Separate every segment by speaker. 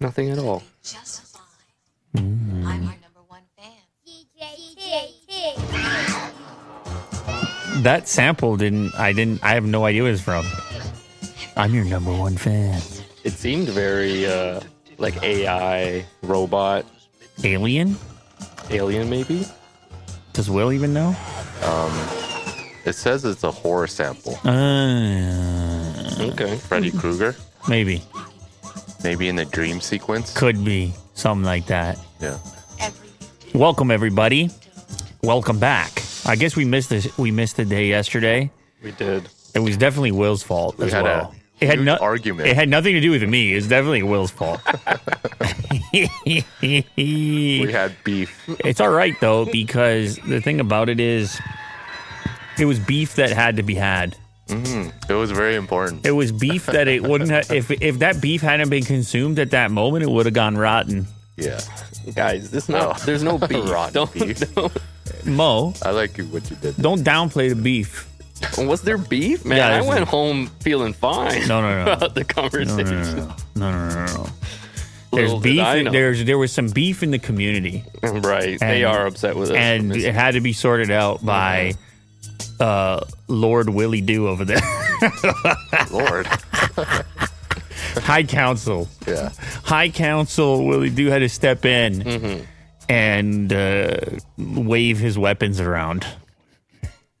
Speaker 1: Nothing at all.
Speaker 2: just fine. I'm our number one fan.
Speaker 3: That sample didn't. I didn't. I have no idea where it's from. I'm your number one fan.
Speaker 1: It seemed very uh, like AI, robot,
Speaker 3: Alien?
Speaker 1: alien, maybe.
Speaker 3: Does Will even know?
Speaker 4: It says it's a horror sample.
Speaker 3: Uh,
Speaker 1: Okay.
Speaker 4: Freddy Krueger,
Speaker 3: maybe.
Speaker 4: maybe in the dream sequence.
Speaker 3: Could be something like that.
Speaker 4: Yeah.
Speaker 2: Every
Speaker 3: Welcome everybody. Welcome back. I guess we missed this. We missed the day yesterday.
Speaker 1: We did.
Speaker 3: It was definitely Will's fault as
Speaker 4: had
Speaker 3: well.
Speaker 4: a
Speaker 3: it had
Speaker 4: huge
Speaker 3: no-
Speaker 4: argument.
Speaker 3: It had nothing to do with me. It was definitely Will's fault.
Speaker 4: We had beef.
Speaker 3: It's all right though because the thing about it is, it was beef that had to be had.
Speaker 4: It was very important.
Speaker 3: It was beef that it wouldn't have. If if that beef hadn't been consumed at that moment, it would have gone rotten.
Speaker 4: yeah.
Speaker 1: Guys, this not, there's no beef.
Speaker 4: Rotten
Speaker 1: Don't,
Speaker 4: Oh. beef.
Speaker 1: don't-
Speaker 3: Mo,
Speaker 4: I like you- what you did. there.
Speaker 3: don't downplay the beef.
Speaker 1: was there beef? Man,
Speaker 3: Yeah,
Speaker 1: I
Speaker 3: there's
Speaker 1: went
Speaker 3: no-
Speaker 1: home feeling fine
Speaker 3: No, no, no.
Speaker 1: about the
Speaker 3: No,
Speaker 1: conversation.
Speaker 3: no, no, no, no, no, no, no, no. There's
Speaker 1: Little did
Speaker 3: beef.
Speaker 1: I know.
Speaker 3: There's there was some beef in the community,
Speaker 1: Right. they
Speaker 3: And-
Speaker 1: are upset with us. for
Speaker 3: and
Speaker 1: missing-
Speaker 3: it had to be sorted out by uh, Lord Willie Do over there,
Speaker 4: Lord.
Speaker 3: High Council.
Speaker 4: Yeah.
Speaker 3: High Council Willie Do had to step in and uh, wave his weapons around.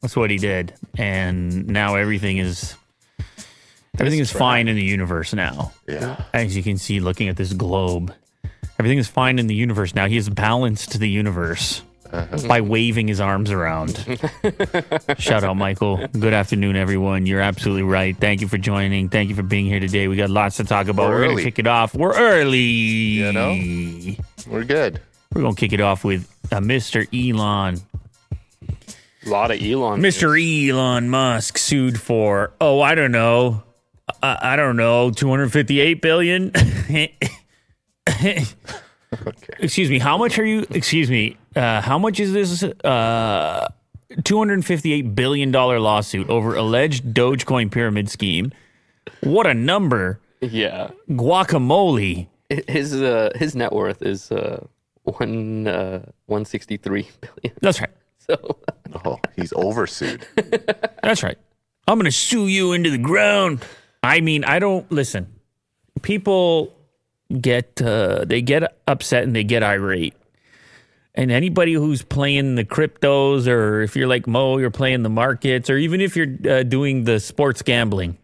Speaker 3: That's what he did, and now everything is everything is fine in the universe now.
Speaker 4: Yeah.
Speaker 3: as you can see looking at this globe everything is fine in the universe now he has balanced the universe
Speaker 4: Uh-huh.
Speaker 3: by waving his arms around shout out michael good afternoon everyone you're absolutely right thank you for joining thank you for being here today we got lots to talk about
Speaker 4: We're
Speaker 3: we're, gonna
Speaker 4: early.
Speaker 3: kick it off we're early you
Speaker 4: know? We're good.
Speaker 3: we're gonna kick it off with uh, mr elon
Speaker 1: a lot of Elon.
Speaker 3: Mr. Elon Musk sued for, oh, I don't know, I, I don't know, 258 billion. Excuse me, how much are you? Excuse me, uh, how much is this uh, 258 billion dollar lawsuit over alleged Dogecoin pyramid scheme? What a number!
Speaker 1: Yeah.
Speaker 3: Guacamole.
Speaker 1: His uh, his net worth is uh, one uh, one sixty three billion.
Speaker 3: That's right.
Speaker 1: So
Speaker 4: Oh, he's oversued.
Speaker 3: That's right. I'm going to sue you into the ground. I mean, I don't listen. People get uh, they get upset and they get irate. And anybody who's playing the cryptos, or if you're like Mo, you're playing the markets, or even if you're uh, doing the sports gambling,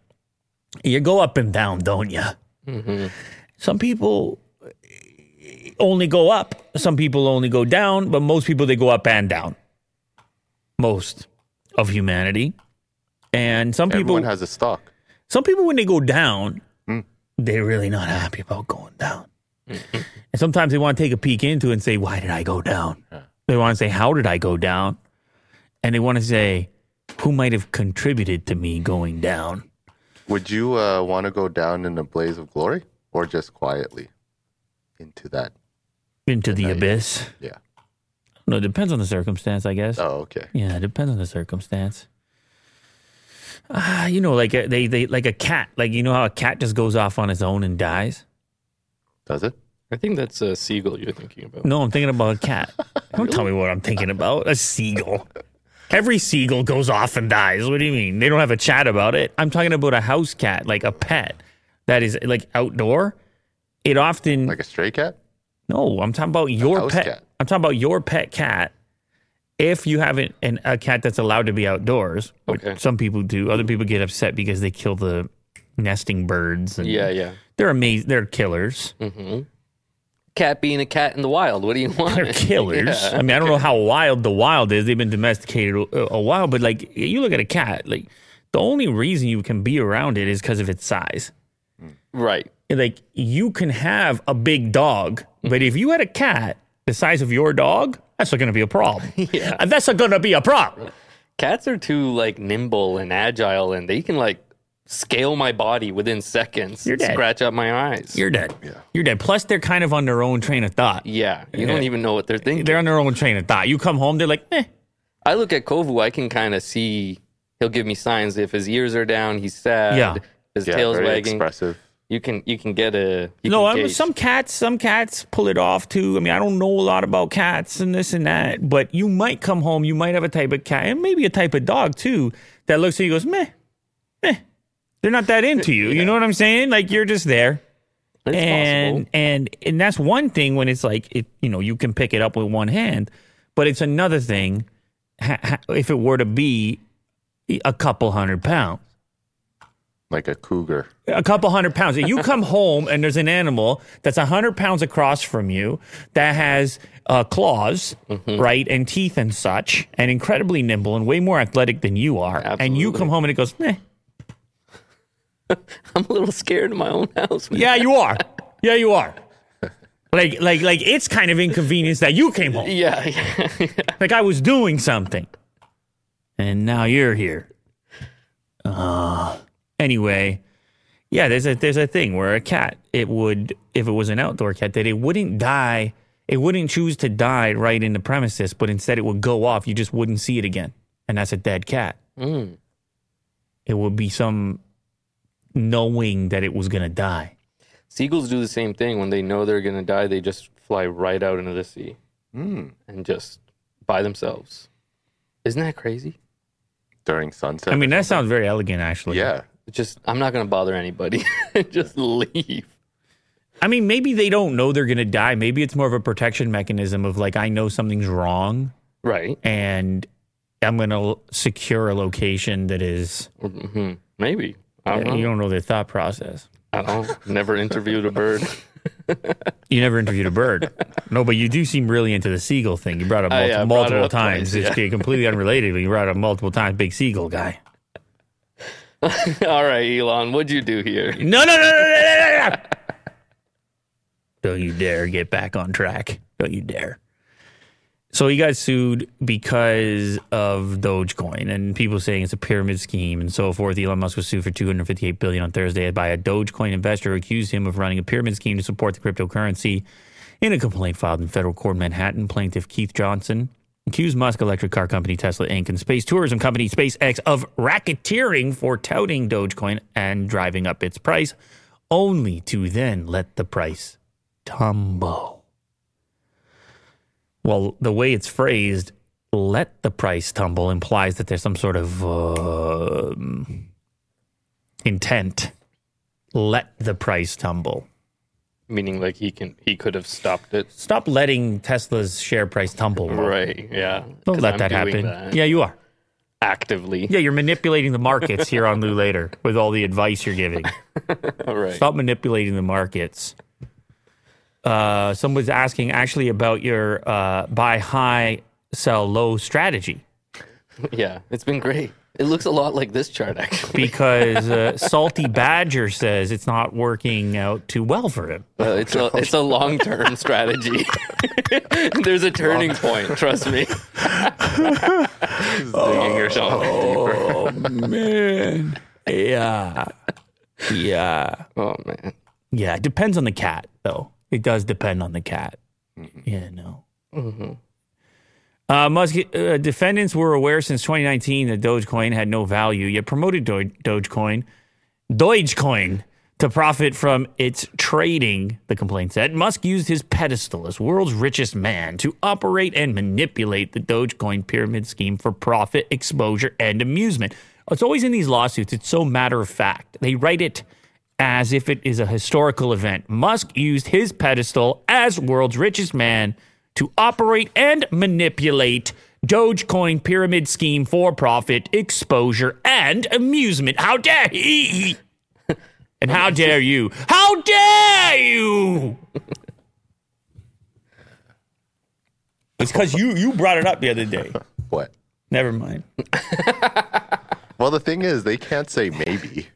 Speaker 3: you go up and down, don't you?
Speaker 4: Mm-hmm.
Speaker 3: Some people only go up, some people only go down, but most people they go up and down. Most of humanity. And some people
Speaker 4: Everyone has a stock.
Speaker 3: some people when they go down,
Speaker 4: Mm.
Speaker 3: they're really not happy about going down. and sometimes they want to take a peek into it and say, Why did I go down? They want to say, How did I go down? And they want to say, Who might have contributed to me going down?
Speaker 4: Would you uh, want to go down in a blaze of glory or just quietly into that?
Speaker 3: Into the abyss.
Speaker 4: Yeah.
Speaker 3: No, it depends on the circumstance, I guess.
Speaker 4: Oh, okay.
Speaker 3: Yeah, it depends on the circumstance. Ah, you know, like a, they, they, like a cat. Like you know how a cat just goes off on its own and dies.
Speaker 4: Does it?
Speaker 1: I think that's a seagull you're thinking about.
Speaker 3: No, I'm thinking about a cat. Don't tell me what I'm thinking about. A seagull. Every seagull goes off and dies. What do you mean? They don't have a chat about it. I'm talking about a house cat, like a pet that is like outdoor. It often
Speaker 4: Like a stray cat?
Speaker 3: no. I'm talking about your
Speaker 4: house
Speaker 3: pet.
Speaker 4: cat.
Speaker 3: I'm talking about your pet cat. If you have an, an, a cat that's allowed to be outdoors, which
Speaker 1: Okay.
Speaker 3: some people do. Other people get upset because they kill the nesting birds. And
Speaker 1: Yeah, yeah.
Speaker 3: they're amazing. They're killers.
Speaker 1: Cat being a cat in the wild. What do you want?
Speaker 3: They're killers. I mean, I don't know how wild the wild is. They've been domesticated a, a while, but like you look at a cat, like the only reason you can be around it is because of its size.
Speaker 1: Right.
Speaker 3: Like you can have a big dog, but if you had a cat the size of your dog, that's not going to be a problem.
Speaker 1: Yeah.
Speaker 3: And that's not going to be a problem.
Speaker 1: Cats are too like nimble and agile, and they can like scale my body within seconds.
Speaker 3: You're
Speaker 1: and
Speaker 3: dead.
Speaker 1: Scratch out my eyes.
Speaker 3: You're dead. Yeah. You're dead. Plus, they're kind of on their own train of thought.
Speaker 1: yeah. You
Speaker 3: Yeah.
Speaker 1: don't even know what they're thinking.
Speaker 3: They're on their own train of thought. You come home, they're like, eh.
Speaker 1: I look at Kovu, I can kind of see he'll give me signs if his ears are down, he's sad.
Speaker 3: Yeah.
Speaker 1: His
Speaker 4: Yeah.
Speaker 1: tail's
Speaker 4: very
Speaker 1: wagging.
Speaker 4: expressive.
Speaker 1: You can you can get a you
Speaker 3: No,
Speaker 1: can
Speaker 3: I mean,
Speaker 1: gauge.
Speaker 3: some cats, some cats pull it off too. I mean, I don't know a lot about cats and this and that, but you might come home, you might have a type of cat, and maybe a type of dog too, that looks at you and goes, meh, meh. They're not that into you. You know what I'm saying? Like you're just there.
Speaker 1: It's
Speaker 3: and
Speaker 1: possible.
Speaker 3: and and that's one thing when it's like it, you know you can pick it up with one hand, but it's another thing ha, ha, if it were to be a couple hundred pounds,
Speaker 4: like a cougar.
Speaker 3: a couple hundred pounds. If you come home and there's an animal that's a hundred pounds across from you that has uh, claws, right, and teeth and such, and incredibly nimble and way more athletic than you are, and you
Speaker 1: Absolutely.
Speaker 3: come home and it goes, meh.
Speaker 1: I'm a little scared of my own house. man.
Speaker 3: yeah, you are, yeah, you are. Like, like, like, it's kind of inconvenience that you came home.
Speaker 1: Yeah, yeah.
Speaker 3: Like I was doing something. And now you're here. Uh, anyway, yeah, there's a there's a thing where a cat, it would if it was an outdoor cat, that it wouldn't die, it wouldn't choose to die right in the premises, but instead it would go off. You just wouldn't see it again. And that's a dead cat. It would be some knowing that it was gonna die.
Speaker 1: Seagulls do the same thing. When they know they're gonna die, they just fly right out into the sea
Speaker 3: Hmm.
Speaker 1: and just by themselves. Isn't that crazy?
Speaker 4: during sunset.
Speaker 3: I mean, that sounds very elegant actually.
Speaker 4: yeah,
Speaker 1: Just I'm not gonna bother anybody. just leave.
Speaker 3: I mean, maybe they don't know they're going to die. Maybe it's more of a protection mechanism of like, I know something's wrong
Speaker 1: Right.
Speaker 3: and I'm going to secure a location that is,
Speaker 1: hmm Maybe. I don't
Speaker 3: you
Speaker 1: know.
Speaker 3: don't know their thought process.
Speaker 1: I don't. Never interviewed a bird.
Speaker 3: You never interviewed a bird. no, but you do seem really into the seagull thing. You brought up
Speaker 1: Oh,
Speaker 3: multi-
Speaker 1: yeah, I brought
Speaker 3: multiple
Speaker 1: it up
Speaker 3: times.
Speaker 1: twice,
Speaker 3: It's completely unrelated, but you brought it up multiple times. Big seagull guy.
Speaker 1: All right, Elon, what'd you do here?
Speaker 3: No, no, no, no, no, no, no, no. Don't you dare get back on track. Don't you dare. So he got sued because of Dogecoin and people saying it's a pyramid scheme and so forth. Elon Musk was sued for 258 billion on Thursday by a Dogecoin investor who accused him of running a pyramid scheme to support the cryptocurrency. In a complaint filed in federal court in Manhattan, plaintiff Keith Johnson accused Musk electric car company Tesla Inc. and space tourism company SpaceX of racketeering for touting Dogecoin and driving up its price, only to then let the price tumble. Well, the way it's phrased, let the price tumble implies that there's some sort of um intent. Let the price tumble.
Speaker 1: Meaning, like he can, he could have stopped it.
Speaker 3: Stop letting Tesla's share price tumble. Mark.
Speaker 1: Right. Yeah.
Speaker 3: Don't
Speaker 1: 'Cause
Speaker 3: let
Speaker 1: I'm
Speaker 3: that
Speaker 1: doing
Speaker 3: happen.
Speaker 1: that
Speaker 3: Yeah, you are.
Speaker 1: Actively.
Speaker 3: Yeah, you're manipulating the markets here on Lou Later with all the advice you're giving.
Speaker 1: All right.
Speaker 3: Stop manipulating the markets. Uh, someone's asking actually about your uh, buy high, sell low strategy
Speaker 1: Yeah. It's been great. It looks a lot like this chart, actually.
Speaker 3: because uh, Salty Badger says it's not working out too well for him.
Speaker 1: Uh, it's a it's a long term strategy. There's a turning point. Trust me. Oh. Digging yourself deeper.
Speaker 3: Oh, Man. Yeah. Yeah.
Speaker 1: Oh man.
Speaker 3: Yeah, it depends on the cat, though. It does depend on the cat. Yeah, no. Uh, Musk uh, defendants were aware since 2019 that Dogecoin had no value, yet promoted Do- Dogecoin, Dogecoin, to profit from its trading. The complaint said Musk used his pedestal as world's richest man to operate and manipulate the Dogecoin pyramid scheme for profit, exposure, and amusement. It's always in these lawsuits. It's so matter of fact. They write it as if it is a historical event. Musk used his pedestal as world's richest man to operate and manipulate Dogecoin pyramid scheme for profit, exposure, and amusement. How dare he? And how dare you? How dare you? It's because you you brought it up the other day.
Speaker 4: what?
Speaker 3: Never mind.
Speaker 4: Well, the thing is, they can't say maybe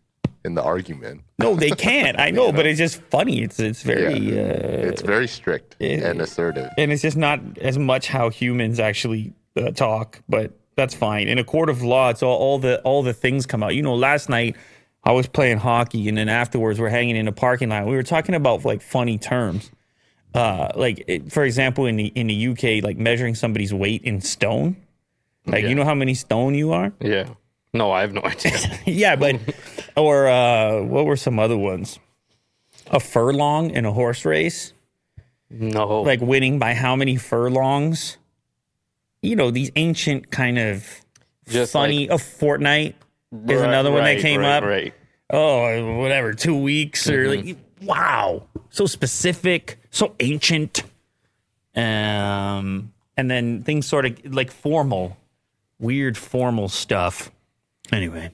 Speaker 4: in the argument.
Speaker 3: No, they can't. I know, but it's just funny. It's it's very
Speaker 4: Yeah.
Speaker 3: uh,
Speaker 4: It's very strict and assertive.
Speaker 3: and it's just not as much how humans actually uh, talk but that's fine in a court of law it's all, all the all the things come out you know last night i was playing hockey and then afterwards we're hanging in a parking lot we were talking about like funny terms uh like it, for example in the in the uk like measuring somebody's weight in stone like you know how many stone you are
Speaker 1: Yeah. No, I have no idea.
Speaker 3: yeah but or uh what were some other ones a furlong in a horse race,
Speaker 1: No.
Speaker 3: like winning by how many furlongs? You know, these ancient kind of
Speaker 1: Just
Speaker 3: funny a fortnight is another one that
Speaker 1: Right,
Speaker 3: came
Speaker 1: right,
Speaker 3: up.
Speaker 1: Right.
Speaker 3: Oh, whatever, two weeks or like wow. So specific, so ancient. Um and then things sort of like formal, weird formal stuff. Anyway.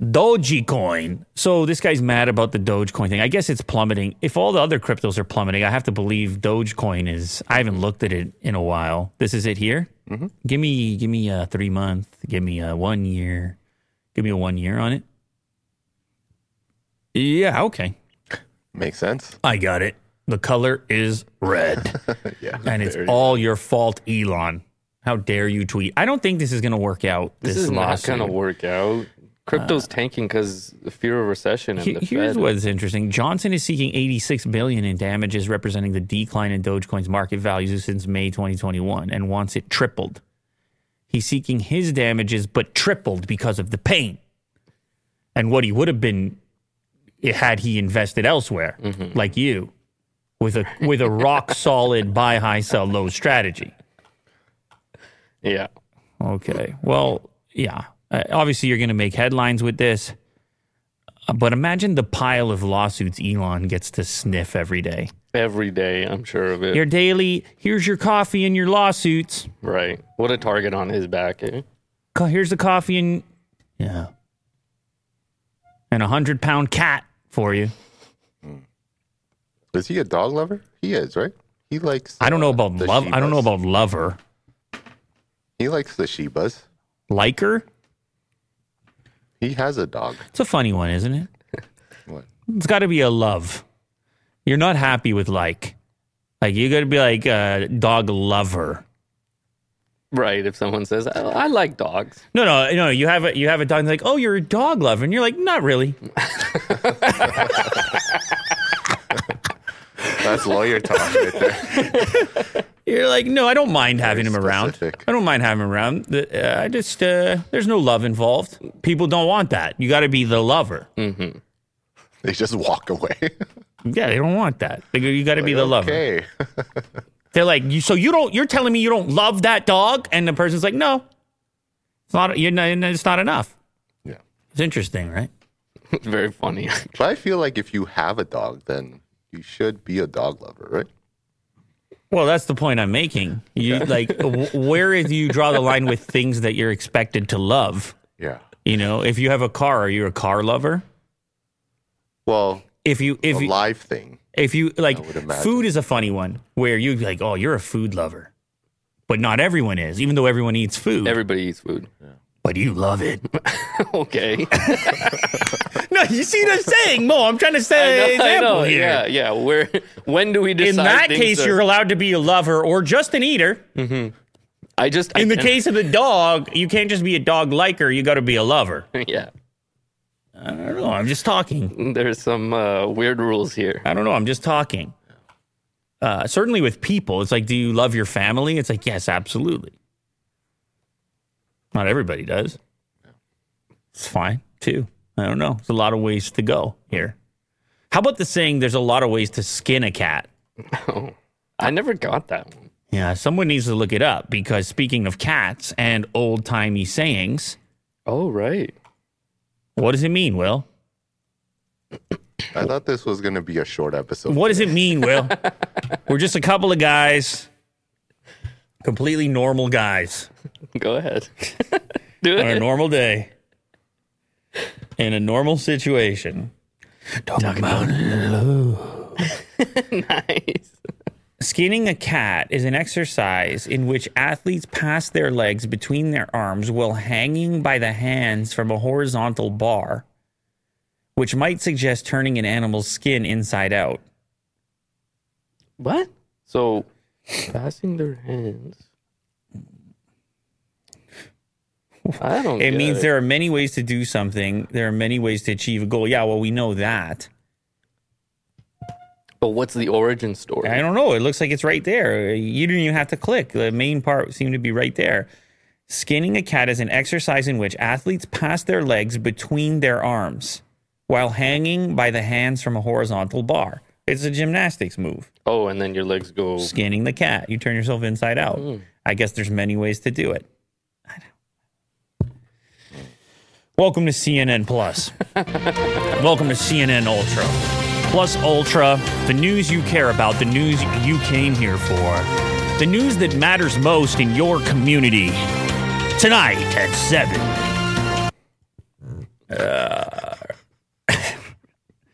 Speaker 3: Dogecoin. So this guy's mad about the Dogecoin thing. I guess it's plummeting. If all the other cryptos are plummeting, I have to believe Dogecoin is. I haven't looked at it in a while. This is it here. Mm-hmm. Give me, give me a three month. Give me a one year. Give me a one year on it. Yeah. Okay.
Speaker 4: Makes sense.
Speaker 3: I got it. The color is red.
Speaker 4: Yeah.
Speaker 3: and it's
Speaker 4: There you-
Speaker 3: all your fault, Elon. How dare you tweet? I don't think this is going to work out. This,
Speaker 1: This, is Uh, not
Speaker 3: lawsuit.
Speaker 1: going to work out. Crypto's tanking because the fear of recession and
Speaker 3: Here-
Speaker 1: the
Speaker 3: Here's
Speaker 1: Fed.
Speaker 3: what's interesting. Johnson is seeking 86 billion in damages representing the decline in Dogecoin's market value since May 2021 and wants it tripled. He's seeking his damages but tripled because of the pain and what he would have been had he invested elsewhere
Speaker 1: Mm-hmm.
Speaker 3: like you with a with a rock solid buy high sell low strategy.
Speaker 1: yeah.
Speaker 3: Okay. Well, yeah. Uh, obviously, you're going to make headlines with this, Uh, but imagine the pile of lawsuits Elon gets to sniff every day.
Speaker 1: Every day, I'm sure of it.
Speaker 3: Your daily, here's your coffee and your lawsuits.
Speaker 1: right. What a target on his back. eh?
Speaker 3: Co- Here's the coffee and yeah, and a hundred pound cat for you.
Speaker 4: Is he a dog lover? He is, right? He likes.
Speaker 3: I don't know
Speaker 4: uh,
Speaker 3: about
Speaker 4: the
Speaker 3: love. I don't know
Speaker 4: Shibas.
Speaker 3: about lover,
Speaker 4: He likes the Shibas.
Speaker 3: liker.
Speaker 4: He has a dog.
Speaker 3: It's a funny one, isn't it?
Speaker 4: What?
Speaker 3: It's got to be a love. You're not happy with like, like you got to be like a dog lover.
Speaker 1: Right. If someone says, I, I like dogs.
Speaker 3: No, no, no. You have a you have a dog. And they're like, oh, you're a dog lover, and you're like, not really.
Speaker 4: That's lawyer talk right there.
Speaker 3: You're like, no, I don't mind having him around.
Speaker 4: specific.
Speaker 3: I don't mind having him around. The- uh, I just uh, there's no love involved. People don't want that. You got to be the lover.
Speaker 4: Mm. They just walk away.
Speaker 3: Yeah, they don't want that. They go, you got to be the lover.
Speaker 4: Okay.
Speaker 3: They're like, you, so you don't. You're telling me you don't love that dog, and the person's like, no, it's not. You're not it's not enough.
Speaker 4: Yeah.
Speaker 3: It's interesting, right?
Speaker 1: It's very funny.
Speaker 4: But I feel like if you have a dog, then you should be a dog lover, right?
Speaker 3: Well, that's the point I'm making. You like, w- where do you draw the line with things that you're expected to love?
Speaker 4: Yeah.
Speaker 3: You know, if you have a car, are you a car lover?
Speaker 4: Well,
Speaker 3: If you if
Speaker 4: a
Speaker 3: you,
Speaker 4: live thing.
Speaker 3: if you like
Speaker 4: would imagine.
Speaker 3: food is a funny one where you like, oh, you're a food lover. But not everyone is, even though everyone eats food.
Speaker 1: Everybody eats food.
Speaker 3: but you love it.
Speaker 1: okay.
Speaker 3: no, you see what I'm saying, Mo. I'm trying to
Speaker 1: I
Speaker 3: say
Speaker 1: know,
Speaker 3: an
Speaker 1: I
Speaker 3: example
Speaker 1: know,
Speaker 3: here.
Speaker 1: Yeah, yeah. Where when do we decide?
Speaker 3: In that
Speaker 1: things
Speaker 3: case,
Speaker 1: are-
Speaker 3: you're allowed to be a lover or just an eater.
Speaker 1: I just I
Speaker 3: In the
Speaker 1: can't-
Speaker 3: case of the dog, you can't just be a dog liker. You got to be a lover.
Speaker 1: Yeah.
Speaker 3: I don't know. I'm just talking.
Speaker 1: There's some uh, weird rules here.
Speaker 3: I don't know. I'm just talking. Uh, certainly with people, it's like, do you love your family? It's like, yes, absolutely. Not everybody does. It's fine too. I don't know. There's a lot of ways to go here. How about the saying, there's a lot of ways to skin a cat?
Speaker 1: I never got that one.
Speaker 3: Yeah, someone needs to look it up because speaking of cats and old timey sayings,
Speaker 1: Oh right.
Speaker 3: what does it mean, Will?
Speaker 4: I thought this was going to be a short episode.
Speaker 3: What does it mean, Will? We're just a couple of guys, completely normal guys.
Speaker 1: Go ahead. Do
Speaker 3: on a
Speaker 1: it.
Speaker 3: normal day in a normal situation. Talking about
Speaker 1: nice.
Speaker 3: skinning a cat is an exercise in which athletes pass their legs between their arms while hanging by the hands from a horizontal bar, which might suggest turning an animal's skin inside out.
Speaker 1: What? So passing their hands. I don't.
Speaker 3: It
Speaker 1: get
Speaker 3: means there are many ways to do something. There are many ways to achieve a goal. Yeah, well, we know that.
Speaker 1: But what's the origin story?
Speaker 3: I don't know. It looks like it's right there. You didn't even have to click. The main part seemed to be right there. Skinning a cat is an exercise in which athletes pass their legs between their arms while hanging by the hands from a horizontal bar. It's a gymnastics move.
Speaker 1: Oh, and then your legs go.
Speaker 3: Scanning the cat, you turn yourself inside out. I guess there's many ways to do it. I don't- Welcome to CNN Plus. Welcome to CNN Ultra. Plus Ultra, the news you care about, the news you came here for, the news that matters most in your community. Tonight at 7. Uh,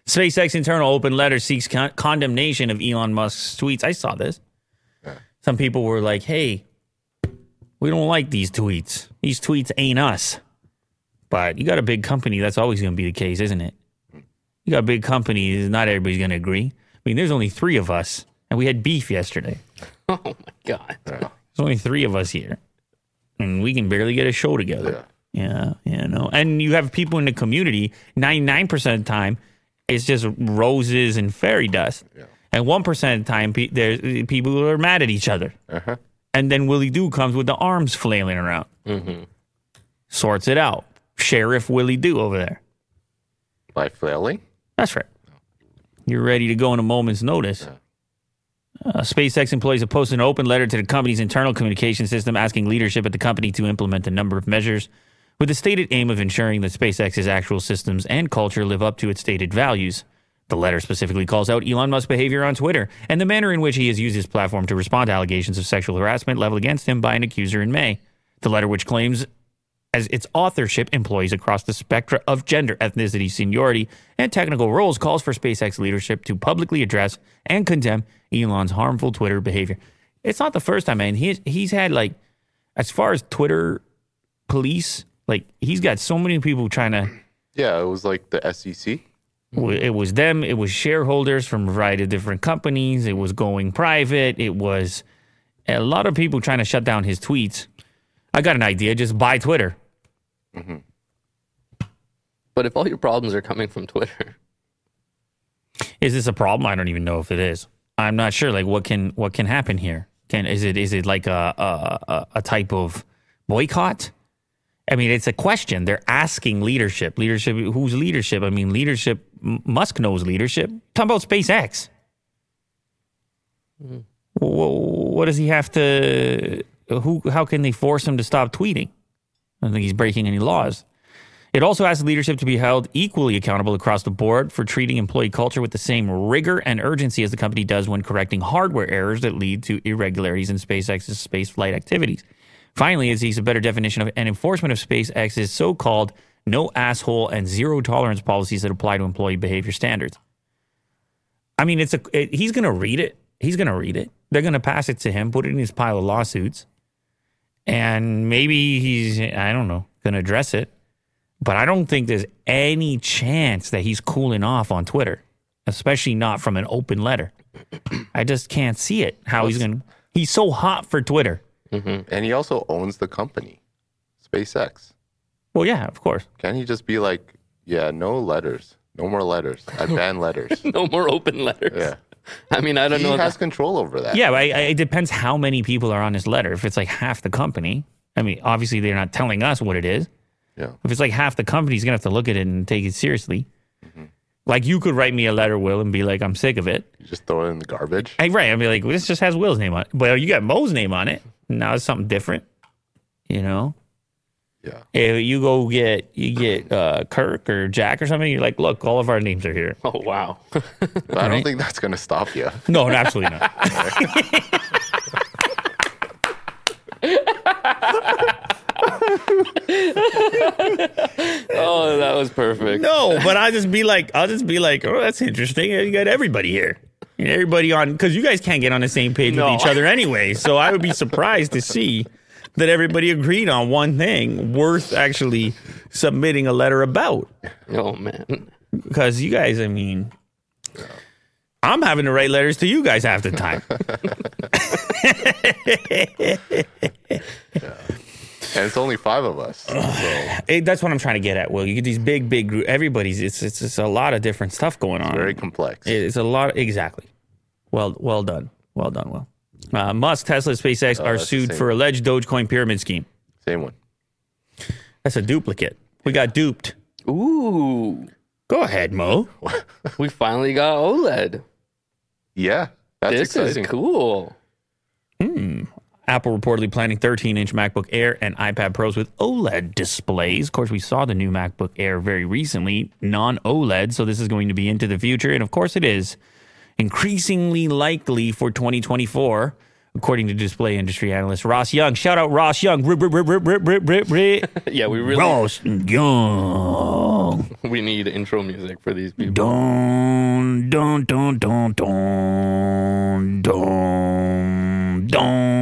Speaker 3: SpaceX internal open letter seeks con- condemnation of Elon Musk's tweets. I saw this. Some people were like, hey, we don't like these tweets. These tweets ain't us. But you got a big company, that's always going to be the case, isn't it? You got a big company, not everybody's going to agree. I mean, there's only three of us, and we had beef yesterday.
Speaker 1: Oh my god.
Speaker 3: There's only three of us here, and we can barely get a show together. Yeah, yeah, no. And you have people in the community. Ninety-nine percent of the time, it's just roses and fairy dust. And one percent of the time, pe- there's uh, people who are mad at each other. And then Willie Doo comes with the arms flailing around, sorts it out. Sheriff Willie Doo over there.
Speaker 4: By flailing?
Speaker 3: That's right. You're ready to go in a moment's notice. Uh, SpaceX employees have posted an open letter to the company's internal communication system asking leadership at the company to implement a number of measures with the stated aim of ensuring that SpaceX's actual systems and culture live up to its stated values. The letter specifically calls out Elon Musk's behavior on Twitter and the manner in which he has used his platform to respond to allegations of sexual harassment leveled against him by an accuser in May. The letter, which claims as its authorship employs across the spectra of gender, ethnicity, seniority, and technical roles, calls for SpaceX leadership to publicly address and condemn Elon's harmful Twitter behavior. It's not the first time, man. He's he's had like, as far as Twitter police, like he's got so many people trying to.
Speaker 4: Yeah, it was like the E SEC.
Speaker 3: w- It was them. It was shareholders from a variety of different companies. It was going private. It was a lot of people trying to shut down his tweets. I got an idea. Just buy Twitter.
Speaker 1: But if all your problems are coming from Twitter,
Speaker 3: is this a problem? I don't even know if it is. I'm not sure. Like, what can what can happen here? Can is it is it like a a, a, a type of boycott? I mean, it's a question. They're asking leadership. Leadership. Who's leadership? I mean, leadership. M- Musk knows leadership. Talking about SpaceX. Wh- wh- What does he have to? Who? How can they force him to stop tweeting? I don't think he's breaking any laws. It also asks leadership to be held equally accountable across the board for treating employee culture with the same rigor and urgency as the company does when correcting hardware errors that lead to irregularities in SpaceX's space flight activities. Finally, it seeks a better definition of and enforcement of SpaceX's so called no asshole and zero tolerance policies that apply to employee behavior standards. I mean, it's a it, he's going to read it. He's going to read it. They're going to pass it to him, put it in his pile of lawsuits, and maybe he's I don't know going to address it. But I don't think there's any chance that he's cooling off on Twitter, especially not from an open letter. I just can't see it. How he's going to. He's so hot for Twitter.
Speaker 4: And he also owns the company, SpaceX.
Speaker 3: Well, yeah, of course.
Speaker 4: Can he just be like, yeah, no letters, no more letters. I ban letters.
Speaker 1: no more open letters.
Speaker 4: Yeah.
Speaker 1: I mean, I don't
Speaker 4: He
Speaker 1: know.
Speaker 4: has
Speaker 1: that-
Speaker 4: control over that.
Speaker 3: Yeah, but I, I, it depends how many people are on his letter. If it's like half the company, I mean, obviously they're not telling us what it is.
Speaker 4: Yeah.
Speaker 3: If it's like half the company, he's going to have to look at it and take it seriously. Like you could write me a letter, Will, and be like, I'm sick of it.
Speaker 4: You just throw it in the garbage.
Speaker 3: Hey, right. I'd be like, well, this just has Will's name on it. But you got Mo's name on it. Now it's something different. You know?
Speaker 4: Yeah.
Speaker 3: If you go get you get uh, Kirk or Jack or something, you're like, look, all of our names are here.
Speaker 1: oh wow.
Speaker 4: But I don't
Speaker 3: Right.
Speaker 4: think that's going to stop you.
Speaker 3: No, no, absolutely not.
Speaker 1: oh, that was perfect.
Speaker 3: No, but I'll just be like, I'll just be like, oh, that's interesting. You got everybody here. And everybody on because you guys can't get on the same page
Speaker 1: No.
Speaker 3: with each other anyway. So I would be surprised to see that everybody agreed on one thing worth actually submitting a letter about.
Speaker 1: Oh man.
Speaker 3: because you guys, I mean, I'm having to write letters to you guys half the time.
Speaker 4: And it's only five of us. So
Speaker 3: It- that's what I'm trying to get at. Will you get these big, big group? Everybody's it's it's, it's a lot of different stuff going on.
Speaker 4: very complex.
Speaker 3: It- It's a lot. Exactly. Well, well done. Well done. Will. uh, Musk, Tesla, SpaceX are
Speaker 4: Oh, that's the
Speaker 3: sued
Speaker 4: same.
Speaker 3: for alleged Dogecoin pyramid scheme.
Speaker 4: Same one.
Speaker 3: That's a duplicate. We got duped.
Speaker 1: Ooh.
Speaker 3: Go ahead, Mo.
Speaker 1: We finally got OLED.
Speaker 4: Yeah, that's
Speaker 1: this
Speaker 4: exciting.
Speaker 1: is cool.
Speaker 3: Apple reportedly planning 13 inch MacBook Air and iPad Pros with OLED displays. Of course, we saw the new MacBook Air very recently, non OLED, so this is going to be into the future. And of course, it is increasingly likely for 2024, according to display industry analyst Ross Young. Shout out Ross Young. Rip, rip, rip, rip, rip, rip, rip, rip.
Speaker 1: Yeah, we really
Speaker 3: Ross Young.
Speaker 1: we need intro music for these people.
Speaker 3: Dun, dun, dun, dun, dun, dun, dun.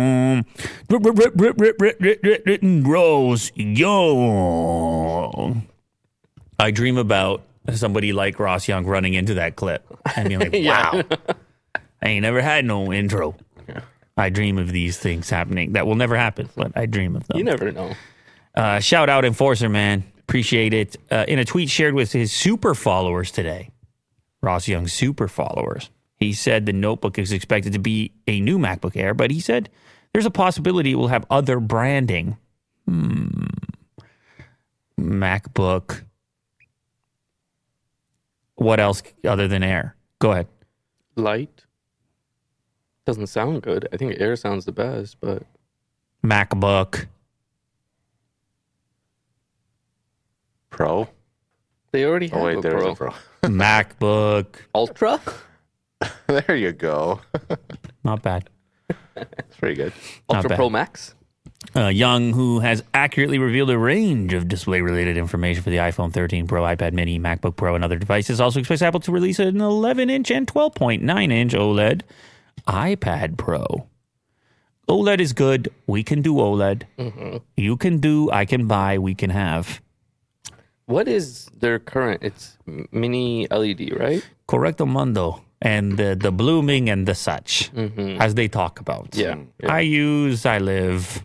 Speaker 3: Rip, rip, rip, rip, rip, rip, rip, rip, rip, and Rose Young. I dream about somebody like Ross Young running into that clip and being like,
Speaker 1: Yeah.
Speaker 3: wow, I ain't never had no intro. I dream of these things happening that will never happen, but I dream of them.
Speaker 1: You never know.
Speaker 3: Uh, shout out Enforcer, man. Appreciate it. Uh, in a tweet shared with his super followers today, Ross Young's super followers, he said the notebook is expected to be a new MacBook Air, but he said there's a possibility it will have other branding. Hmm. MacBook. What else other than Air? Go ahead.
Speaker 1: Light doesn't sound good. I think air sounds the best, but
Speaker 3: MacBook.
Speaker 4: Pro.
Speaker 1: they already have
Speaker 4: Oh wait,
Speaker 1: a
Speaker 4: there's
Speaker 1: pro.
Speaker 4: a pro.
Speaker 3: MacBook.
Speaker 1: Ultra.
Speaker 4: there you go.
Speaker 3: Not bad.
Speaker 4: It's pretty good.
Speaker 3: Not
Speaker 1: Ultra
Speaker 3: bad.
Speaker 1: Pro Max.
Speaker 3: Uh, Young, who has accurately revealed a range of display related information for the iPhone 13 Pro, iPad Mini, MacBook Pro, and other devices, also expects Apple to release an 11 inch and 12.9 inch OLED iPad Pro. OLED is good. We can do OLED. You can do, I can buy, we can have.
Speaker 1: What is their current? It's m- mini LED, right?
Speaker 3: Correcto Mundo and the, the blooming and the such, as they talk about.
Speaker 1: Yeah. Yeah.
Speaker 3: I use, I live.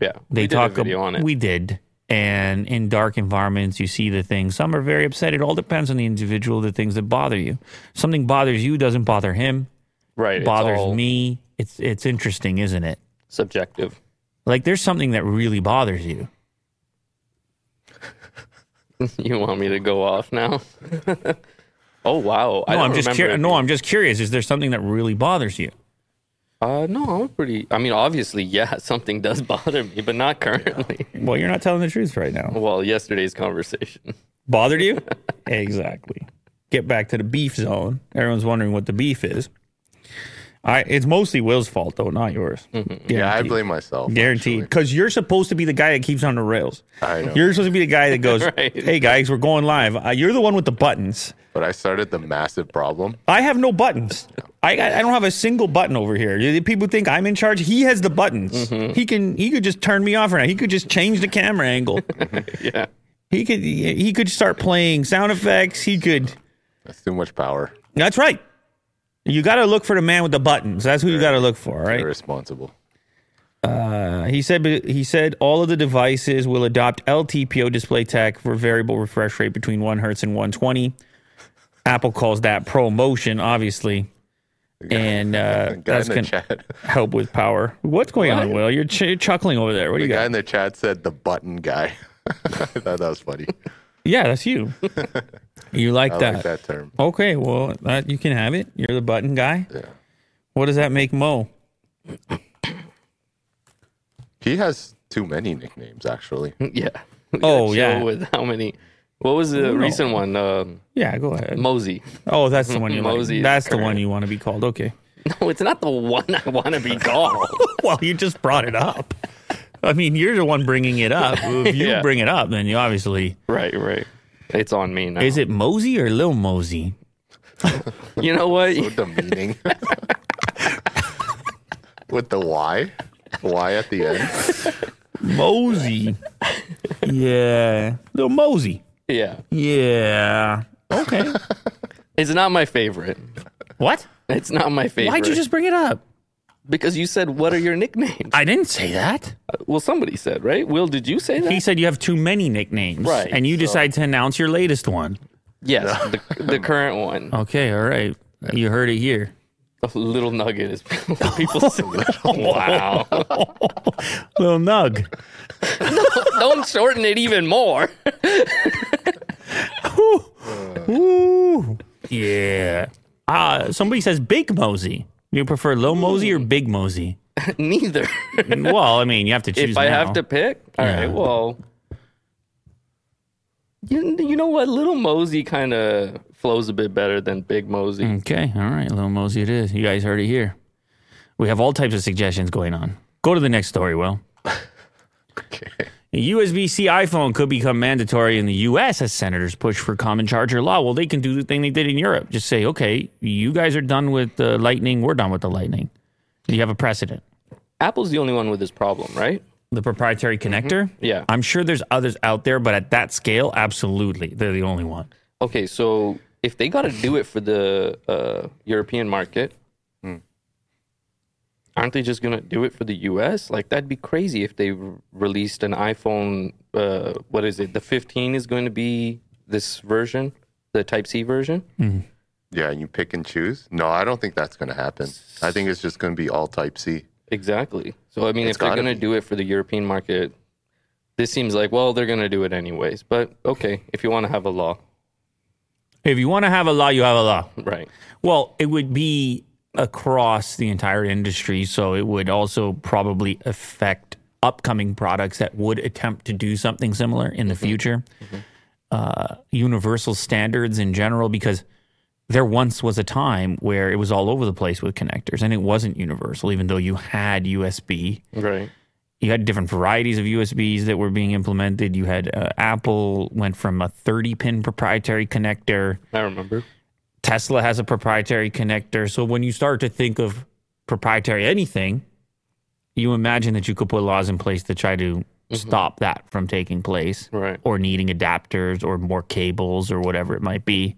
Speaker 1: yeah.
Speaker 3: they
Speaker 1: we
Speaker 3: talk
Speaker 1: did a video
Speaker 3: ab-
Speaker 1: on it.
Speaker 3: We did. And in dark environments, you see the things. Some are very upset. It all depends on the individual, the things that bother you. Something bothers you doesn't bother him,
Speaker 1: right. it's
Speaker 3: bothers
Speaker 1: all
Speaker 3: me. It's it's interesting, isn't it?
Speaker 1: Subjective.
Speaker 3: Like there's something that really bothers you.
Speaker 1: You want me to go off now? oh wow! I
Speaker 3: No,
Speaker 1: don't
Speaker 3: I'm just
Speaker 1: remember
Speaker 3: curious.
Speaker 1: it.
Speaker 3: No, I'm just curious. Is there something that really bothers you?
Speaker 1: Uh, no, I'm pretty. I mean, obviously, yeah, something does bother me, but not currently.
Speaker 3: Well, you're not telling the truth right now.
Speaker 1: Well, yesterday's conversation.
Speaker 3: Bothered you? exactly. Get back to the beef zone. Everyone's wondering what the beef is. I. It's mostly Will's fault though, not yours.
Speaker 1: Mm-hmm.
Speaker 4: Yeah, I
Speaker 3: Guaranteed.
Speaker 4: blame myself.
Speaker 3: Guaranteed. Because you're supposed to be the guy that keeps on the rails.
Speaker 4: I know.
Speaker 3: You're supposed to be the guy that goes,
Speaker 1: Right.
Speaker 3: hey, guys, we're going live. Uh, you're the one with the buttons.
Speaker 4: But I started the massive problem.
Speaker 3: I have no buttons. I, I I don't have a single button over here. You- People think I'm in charge. He has the buttons. He can he could just turn me off right now. He could just change the camera angle.
Speaker 1: Yeah,
Speaker 3: he could he could start playing sound effects. He could.
Speaker 4: That's too much power.
Speaker 3: That's right. You got to look for the man with the buttons. That's who you got to look for, all right?
Speaker 4: Irresponsible.
Speaker 3: He said he said all of the devices will adopt LTPO display tech for variable refresh rate between 1 hertz and 120. Apple calls that promotion, obviously, and uh,
Speaker 4: Guy
Speaker 3: that's
Speaker 4: in the
Speaker 3: going to
Speaker 4: chat.
Speaker 3: help with power. What's going on, Will? You're, ch- you're chuckling over there. What do
Speaker 4: The
Speaker 3: you
Speaker 4: guy
Speaker 3: got?
Speaker 4: in the chat said the button guy. I thought that was funny.
Speaker 3: Yeah, that's you. you like
Speaker 4: I
Speaker 3: that.
Speaker 4: like that term.
Speaker 3: Okay, well, that, you can have it. You're the button guy.
Speaker 4: Yeah.
Speaker 3: What does that make Mo?
Speaker 4: He has too many nicknames, actually.
Speaker 1: yeah. We gotta
Speaker 3: Oh,
Speaker 1: chill
Speaker 3: yeah.
Speaker 1: With how many? What was the recent one? Um,
Speaker 3: Yeah, go ahead.
Speaker 1: Mosey.
Speaker 3: oh, that's the one you like.
Speaker 1: Mosey is
Speaker 3: That's the
Speaker 1: current.
Speaker 3: one you want to be called. Okay.
Speaker 1: No, it's not the one I want to be called.
Speaker 3: well, you just brought it up. I mean, you're the one bringing it up. If you
Speaker 1: Yeah.
Speaker 3: bring it up, then you obviously.
Speaker 1: right, right. It's on me now.
Speaker 3: Is it Mosey or Lil Mosey?
Speaker 1: You know what?
Speaker 4: So demeaning. With the Y. Y at the end.
Speaker 3: Mosey. yeah. Lil Mosey.
Speaker 1: yeah,
Speaker 3: Yeah. Okay.
Speaker 1: it's not my favorite.
Speaker 3: what?
Speaker 1: It's not my favorite.
Speaker 3: Why'd you just bring it up?
Speaker 1: Because you said, "What are your nicknames?"
Speaker 3: I didn't say that.
Speaker 1: Well, somebody said, right? Will, did you say that?
Speaker 3: He said you have too many nicknames.
Speaker 1: Right,
Speaker 3: And you decide to announce your latest one.
Speaker 1: yes, the, the current one.
Speaker 3: Okay. All right. You heard it here.
Speaker 1: A little nugget is what people say. wow.
Speaker 3: Lil Nug.
Speaker 1: Don't shorten it even more.
Speaker 3: Ooh, yeah. Uh, somebody says Big Mosey. You prefer Low Mosey or Big Mosey?
Speaker 1: Neither.
Speaker 3: well, I mean, you have to choose.
Speaker 1: if I
Speaker 3: now.
Speaker 1: have to pick, all right.
Speaker 3: Yeah.
Speaker 1: Well, you, you know what? Little Mosey kind of flows a bit better than Big Mosey.
Speaker 3: Okay, all right, Low Mosey it is. You guys heard it here. We have all types of suggestions going on. Go to the next story, Will.
Speaker 4: Okay.
Speaker 3: A USB-C iPhone could become mandatory in the U.S. as senators push for common charger law. Well, they can do the thing they did in Europe. Just say, okay, you guys are done with the lightning. We're done with the lightning. You have a precedent.
Speaker 1: Apple's the only one with this problem, right?
Speaker 3: The proprietary connector.
Speaker 1: Yeah.
Speaker 3: I'm sure there's others out there, but at that scale, absolutely, they're the only one.
Speaker 1: Okay, so if they got to do it for the uh, European market,
Speaker 4: Hmm.
Speaker 1: aren't they just gonna do it for the U.S.? Like that'd be crazy if they r- released an iPhone. Uh, what is it? The 15 is going to be this version, the Type C version.
Speaker 4: Yeah, and you pick and choose. No, I don't think that's going to happen. I think it's just going to be all Type C.
Speaker 1: Exactly. So I mean,
Speaker 4: It's
Speaker 1: if they're
Speaker 4: gotta
Speaker 1: gonna
Speaker 4: be.
Speaker 1: do it for the European market, this seems like well they're gonna do it anyways. But okay, if you want to have a law,
Speaker 3: If you want to have a law, you have a law.
Speaker 1: right?
Speaker 3: Well, it would be across the entire industry, so it would also probably affect upcoming products that would attempt to do something similar in the future. Uh, universal standards in general, because there once was a time where it was all over the place with connectors, and it wasn't universal, even though you had USB
Speaker 1: Right.
Speaker 3: you had different varieties of USBs that were being implemented. You had uh, Apple went from a 30 pin proprietary connector.
Speaker 1: I remember.
Speaker 3: Tesla has a proprietary connector. So when you start to think of proprietary anything, you imagine that you could put laws in place to try to stop that from taking place
Speaker 1: Right.
Speaker 3: or needing adapters or more cables or whatever it might be.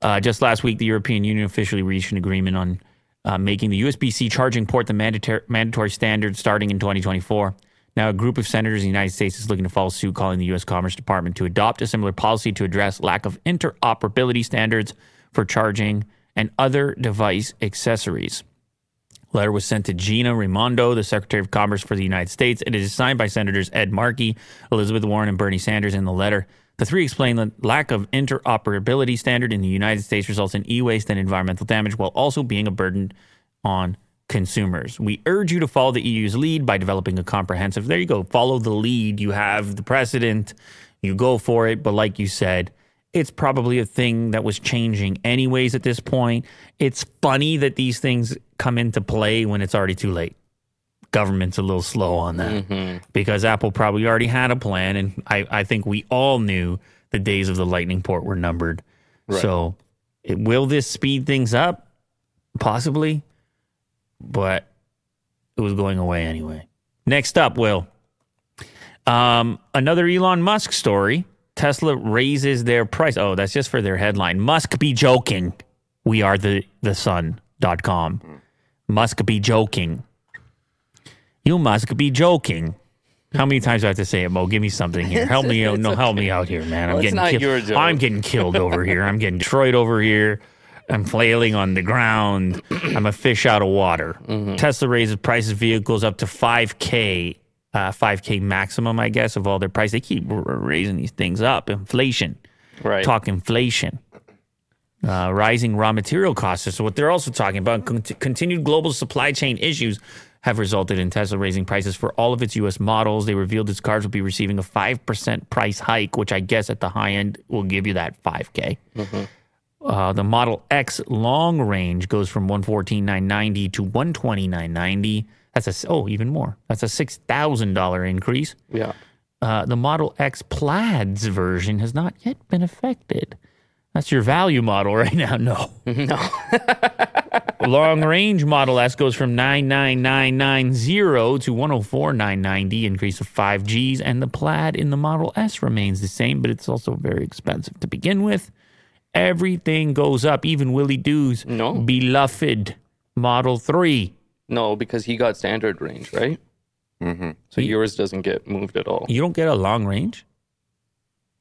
Speaker 3: Uh, just last week, the European Union officially reached an agreement on uh, making the USB C charging port the mandatory, mandatory standard starting in 2024. Now, a group of senators in the United States is looking to follow suit, calling the U.S. Commerce Department to adopt a similar policy to address lack of interoperability standards for charging and other device accessories letter was sent to Gina Raimondo, the Secretary of Commerce for the United States. It is signed by Senators Ed Markey, Elizabeth Warren, and Bernie Sanders in the letter. The three explain the lack of interoperability standard in the United States results in e-waste and environmental damage while also being a burden on consumers. We urge you to follow the EU's lead by developing a comprehensive there you go, follow the lead. You have the precedent, you go for it, but like you said, it's probably a thing that was changing anyways at this point. It's funny that these things come into play when it's already too late. Government's a little slow on that because Apple probably already had a plan. And I, I think we all knew the days of the Lightning port were numbered. So it, will this speed things up? Possibly, but it was going away anyway. Next up, Will. Um, another Elon Musk story. Tesla raises their price. Oh, that's just for their headline. Musk be joking. We are the the
Speaker 1: Hmm.
Speaker 3: sun.com. Musk be joking. You Musk be joking. How many times do I have to say it, Mo? Give me something here. Help me out. No, help me out here, man.
Speaker 1: Well,
Speaker 3: I'm
Speaker 1: it's
Speaker 3: getting
Speaker 1: not
Speaker 3: killed.
Speaker 1: your joke.
Speaker 3: I'm getting killed over here. I'm getting destroyed over here. I'm flailing on the ground. I'm a fish out of water.
Speaker 1: Mm-hmm.
Speaker 3: Tesla raises prices of vehicles up to 5K, uh, 5K maximum, I guess, of all their price. They keep r- r- raising these things up. Inflation.
Speaker 1: Right.
Speaker 3: Talk inflation. Uh, rising raw material costs So what they're also talking about. Con- continued global supply chain issues have resulted in Tesla raising prices for all of its U.S. models. They revealed its cars will be receiving a 5% price hike, which I guess at the high end will give you that 5K. Uh, the Model X long range goes from 114,990 to 129,990. That's a, s- oh, even more. That's a $6,000 increase.
Speaker 1: Yeah.
Speaker 3: Uh, the Model X Plaid's version has not yet been affected. That's your value model right now. No. No. Long range Model S goes from 99990 to 104990, increase of 5 Gs, and the plaid in the Model S remains the same, but it's also very expensive to begin with. Everything goes up, even Willie Doo's
Speaker 1: No.
Speaker 3: beloved Model 3.
Speaker 1: No, because he got standard range, right? Mm-hmm. So yours doesn't get moved at all.
Speaker 3: You don't get a long range?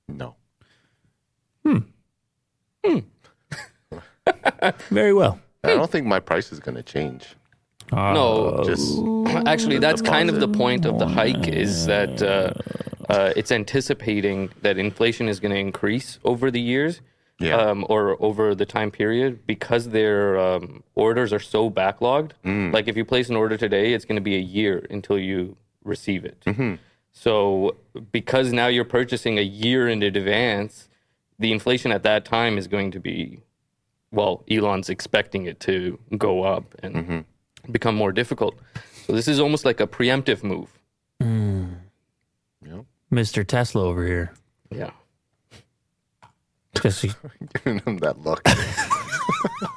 Speaker 4: No.
Speaker 3: Very well. Uh,
Speaker 4: I don't think my price is going to change.
Speaker 1: no,
Speaker 4: Just
Speaker 1: Oh. actually, that's kind of the point of the hike is that uh, uh, it's anticipating that inflation is going to increase over the years.
Speaker 4: Yeah.
Speaker 1: um, or over the time period because their um, orders are so backlogged. Like if you place an order today, it's going to be a year until you receive it. So because now you're purchasing a year in advance, the inflation at that time is going to be, well, Elon's expecting it to go up and become more difficult. So this is almost like a preemptive move.
Speaker 3: Mr. Tesla over here.
Speaker 1: Yeah.
Speaker 3: Just
Speaker 4: Giving him that look.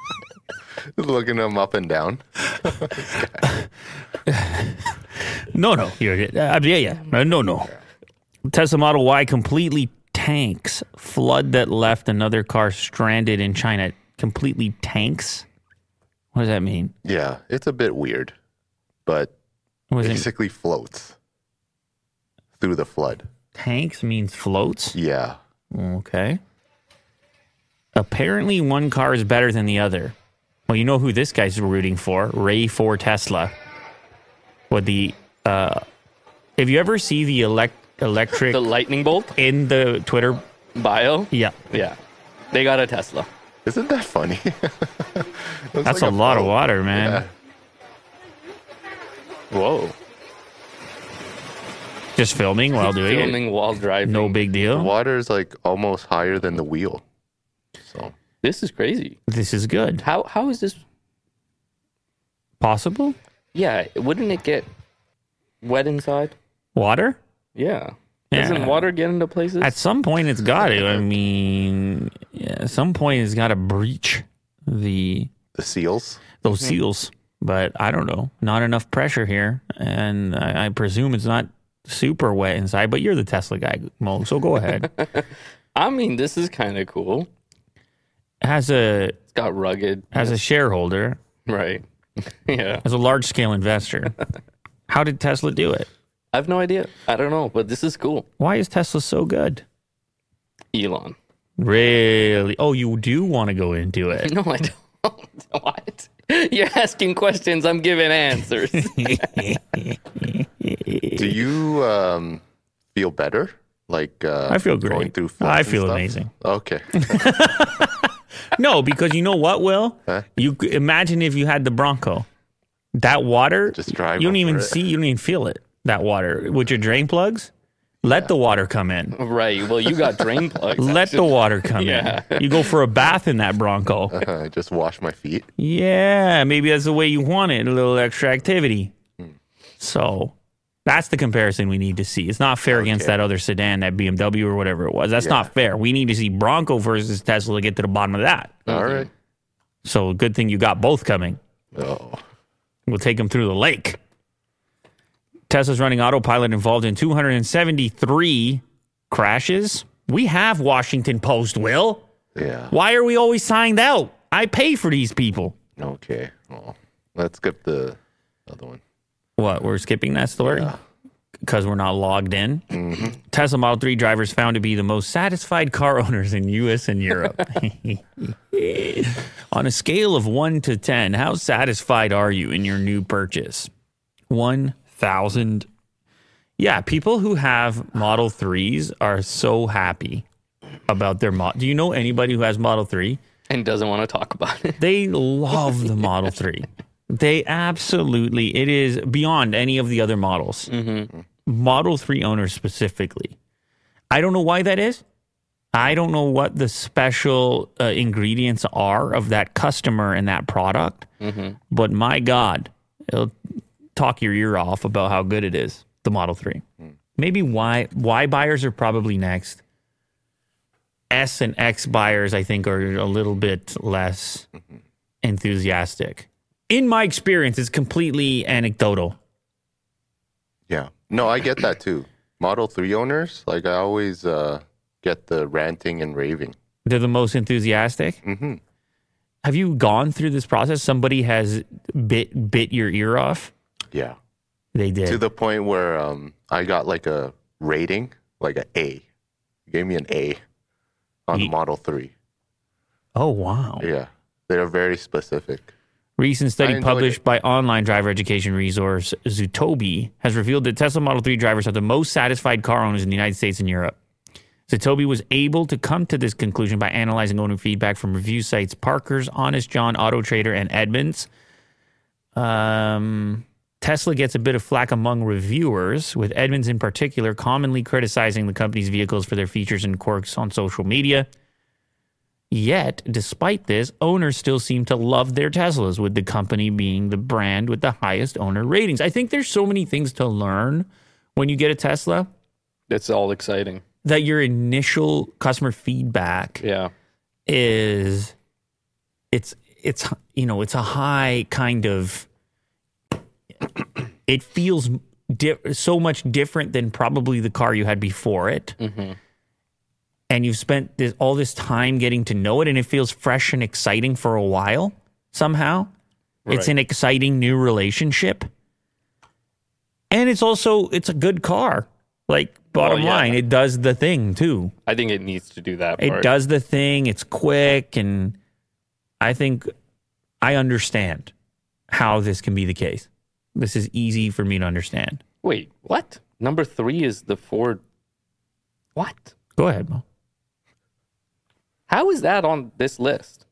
Speaker 4: Looking him up and down.
Speaker 3: No, no. Here, it- uh, yeah, yeah. Uh, No, no. Tesla Model Y completely tanks. Flood that left another car stranded in China. Completely tanks. What does that mean?
Speaker 4: Yeah, it's a bit weird, but
Speaker 3: Was it
Speaker 4: basically floats through the flood.
Speaker 3: tanks means floats?
Speaker 4: Yeah.
Speaker 3: Okay. Apparently, one car is better than the other. Well, you know who this guy's rooting for? Ray for Tesla. What the? Uh, if you ever see the elect electric
Speaker 1: The lightning bolt
Speaker 3: in the Twitter,
Speaker 1: bio.
Speaker 3: yeah,
Speaker 1: Yeah. They got a Tesla.
Speaker 4: Isn't that funny?
Speaker 3: that's a, lot of water, man.
Speaker 1: Whoa.
Speaker 3: Just filming while doing it.
Speaker 1: Filming while driving.
Speaker 3: No big deal.
Speaker 4: Water is like almost higher than the wheel. So
Speaker 1: This is crazy.
Speaker 3: This is good.
Speaker 1: How how is this?
Speaker 3: Possible?
Speaker 1: Yeah, wouldn't it get wet inside?
Speaker 3: Water?
Speaker 1: Yeah.
Speaker 3: Yeah.
Speaker 1: Doesn't water get into places?
Speaker 3: At some point, it's got to. I mean, yeah, at some point, it's got to breach the
Speaker 4: the seals.
Speaker 3: those
Speaker 1: Mm-hmm.
Speaker 3: seals. But I don't know. Not enough pressure here, and I, I presume it's not super wet inside. But you're the Tesla guy, Mo, so go ahead. it
Speaker 1: I mean, this is kind of cool.
Speaker 3: has a
Speaker 1: It's got rugged.
Speaker 3: as a shareholder,
Speaker 1: Right. yeah.
Speaker 3: as a large scale investor, how did Tesla do it?
Speaker 1: I have no idea. I don't know, but this is cool.
Speaker 3: Why is Tesla so good?
Speaker 1: Elon.
Speaker 3: Really? Oh, you do want to go into it.
Speaker 1: No, I don't. what? You're asking questions. I'm giving answers.
Speaker 4: Do you um, feel better? Like uh,
Speaker 3: I feel
Speaker 4: Going
Speaker 3: great.
Speaker 4: through floods
Speaker 3: I
Speaker 4: and
Speaker 3: feel
Speaker 4: stuff?
Speaker 3: amazing.
Speaker 4: Okay.
Speaker 3: No, because you know what, Will?
Speaker 4: Huh?
Speaker 3: You c- imagine if you had the Bronco, that water.
Speaker 4: Just drive
Speaker 3: You don't
Speaker 4: over
Speaker 3: even
Speaker 4: it.
Speaker 3: see. You don't even feel it. That water with your drain plugs. Let the water come in.
Speaker 1: right. Well, you got drain plugs.
Speaker 3: Let the water come
Speaker 1: Yeah.
Speaker 3: in. You go for a bath in that Bronco.
Speaker 4: I just wash my feet.
Speaker 3: Yeah, maybe that's the way you want it. A little extra activity. So that's the comparison we need to see. It's not fair against that other sedan, that BMW or whatever it was. That's not fair. We need to see Bronco versus Tesla to get to the bottom of that.
Speaker 4: All right.
Speaker 3: So good thing you got both coming.
Speaker 4: Oh,
Speaker 3: We'll take them through the lake. Tesla's running autopilot involved in 273 crashes. We have Washington Post, Will.
Speaker 4: yeah.
Speaker 3: Why are we always signed out? I pay for these people.
Speaker 4: Okay. Oh, let's skip the other one.
Speaker 3: What? We're skipping that story because we're not logged in. Tesla Model 3 drivers found to be the most satisfied car owners in US and Europe. On a scale of 1 to 10, how satisfied are you in your new purchase? 1,000. Yeah, people who have Model 3s are so happy about their model. Do you know anybody who has Model 3?
Speaker 1: and doesn't want to talk about it.
Speaker 3: They love the Model 3. They absolutely, it is beyond any of the other models. Model 3 owners specifically. I don't know why that is. I don't know what the special uh, ingredients are of that customer and that product, but my God, it'll talk your ear off about how good it is, the Model 3. Maybe why why buyers are probably next. S and X buyers, I think, are a little bit less enthusiastic. In my experience, it's completely anecdotal.
Speaker 4: Yeah. No, I get that too. Model 3 owners, like I always uh, get the ranting and raving.
Speaker 3: They're the most enthusiastic.
Speaker 4: Mhm.
Speaker 3: Have you gone through this process? Somebody has bit bit your ear off.
Speaker 4: Yeah.
Speaker 3: They did.
Speaker 4: To the point where um, I got like a rating, like an A. They Gave me an A on
Speaker 3: Ye-
Speaker 4: Model 3.
Speaker 3: oh wow!
Speaker 4: Yeah. They're very specific.
Speaker 3: Recent
Speaker 4: I
Speaker 3: study
Speaker 4: enjoyed
Speaker 3: published by online driver education resource Zootobi has revealed that Tesla Model 3 drivers are the most satisfied car owners in the United States and Europe. Satobi was able to come to this conclusion by analyzing owner feedback from review sites Parker's, Honest John, Auto Trader, and Edmunds. Um, Tesla gets a bit of flack among reviewers, with Edmunds in particular commonly criticizing the company's vehicles for their features and quirks on social media. Yet, despite this, owners still seem to love their Teslas, with the company being the brand with the highest owner ratings. I think there's so many things to learn when you get a Tesla
Speaker 1: That's all exciting.
Speaker 3: that your initial customer feedback
Speaker 1: Yeah.
Speaker 3: is it's it's you know it's a high kind of it feels di- so much different than probably the car you had before it
Speaker 1: Mm-hmm.
Speaker 3: and you've spent this, all this time getting to know it and it feels fresh and exciting for a while somehow
Speaker 1: Right.
Speaker 3: it's an exciting new relationship and it's also it's a good car like bottom
Speaker 1: yeah.
Speaker 3: line it does the thing too
Speaker 1: I think it needs to do that
Speaker 3: it
Speaker 1: part.
Speaker 3: does the thing. It's quick, and I think I understand how this can be the case. This is easy for me to understand.
Speaker 1: Wait, what? Number three is the Ford. What?
Speaker 3: Go ahead, Mo.
Speaker 1: How is that on this list?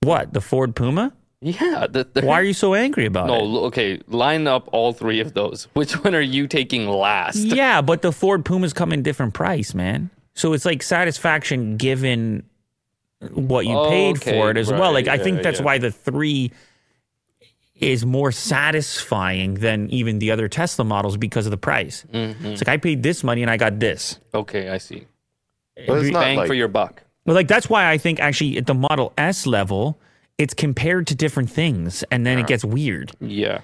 Speaker 3: What the Ford Puma?
Speaker 1: Yeah. The, the,
Speaker 3: Why are you so angry about
Speaker 1: No,
Speaker 3: it?
Speaker 1: l- okay. Line up all three of those. Which one are you taking last?
Speaker 3: Yeah, but the Ford Pumas come in different price, man. So it's like satisfaction given what you
Speaker 1: Oh,
Speaker 3: paid
Speaker 1: okay,
Speaker 3: for it as well.
Speaker 1: right,
Speaker 3: Like I
Speaker 1: yeah,
Speaker 3: think that's
Speaker 1: yeah.
Speaker 3: why the three is more satisfying than even the other Tesla models because of the price.
Speaker 1: Mm-hmm.
Speaker 3: It's like I paid this money and I got this.
Speaker 1: Okay, I see.
Speaker 4: But it's not
Speaker 1: Bang
Speaker 4: like
Speaker 1: for your buck.
Speaker 3: Well, like that's why I think actually at the Model S level, it's compared to different things, and then it gets weird.
Speaker 1: Yeah.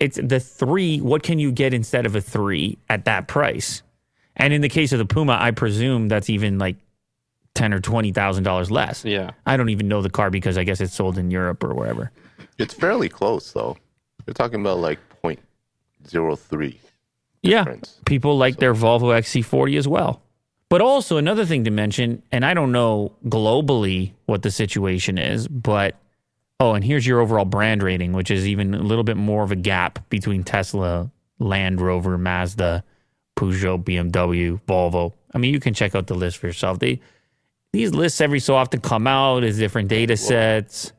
Speaker 3: It's the three. What can you get instead of a three at that price? And in the case of the Puma, I presume that's even like ten or twenty thousand dollars less.
Speaker 1: Yeah.
Speaker 3: I don't even know the car because I guess it's sold in Europe or wherever.
Speaker 4: It's fairly close though. You're talking about like 0.03.
Speaker 3: Yeah,
Speaker 4: difference.
Speaker 3: people like their Volvo XC40 as well. But also another thing to mention, and I don't know globally what the situation is, but oh, and here's your overall brand rating, which is even a little bit more of a gap between Tesla, Land Rover, Mazda, Peugeot, BMW, Volvo. I mean, you can check out the list for yourself. They these lists every so often come out as different data sets.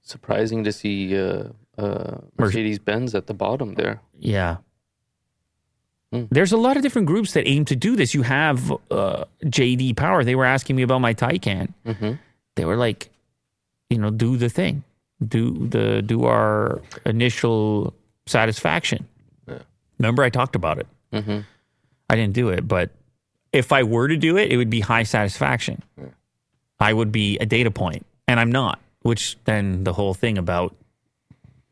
Speaker 1: Surprising to see uh, uh, Mercedes Benz at the bottom there.
Speaker 3: Yeah. There's a lot of different groups that aim to do this. You have uh, JD Power. They were asking me about my Taycan. They were like, you know, do the thing, do the do our initial satisfaction. Remember, I talked about it. I didn't do it, but if I were to do it, it would be high satisfaction. I would be a data point, and I'm not. Which then the whole thing about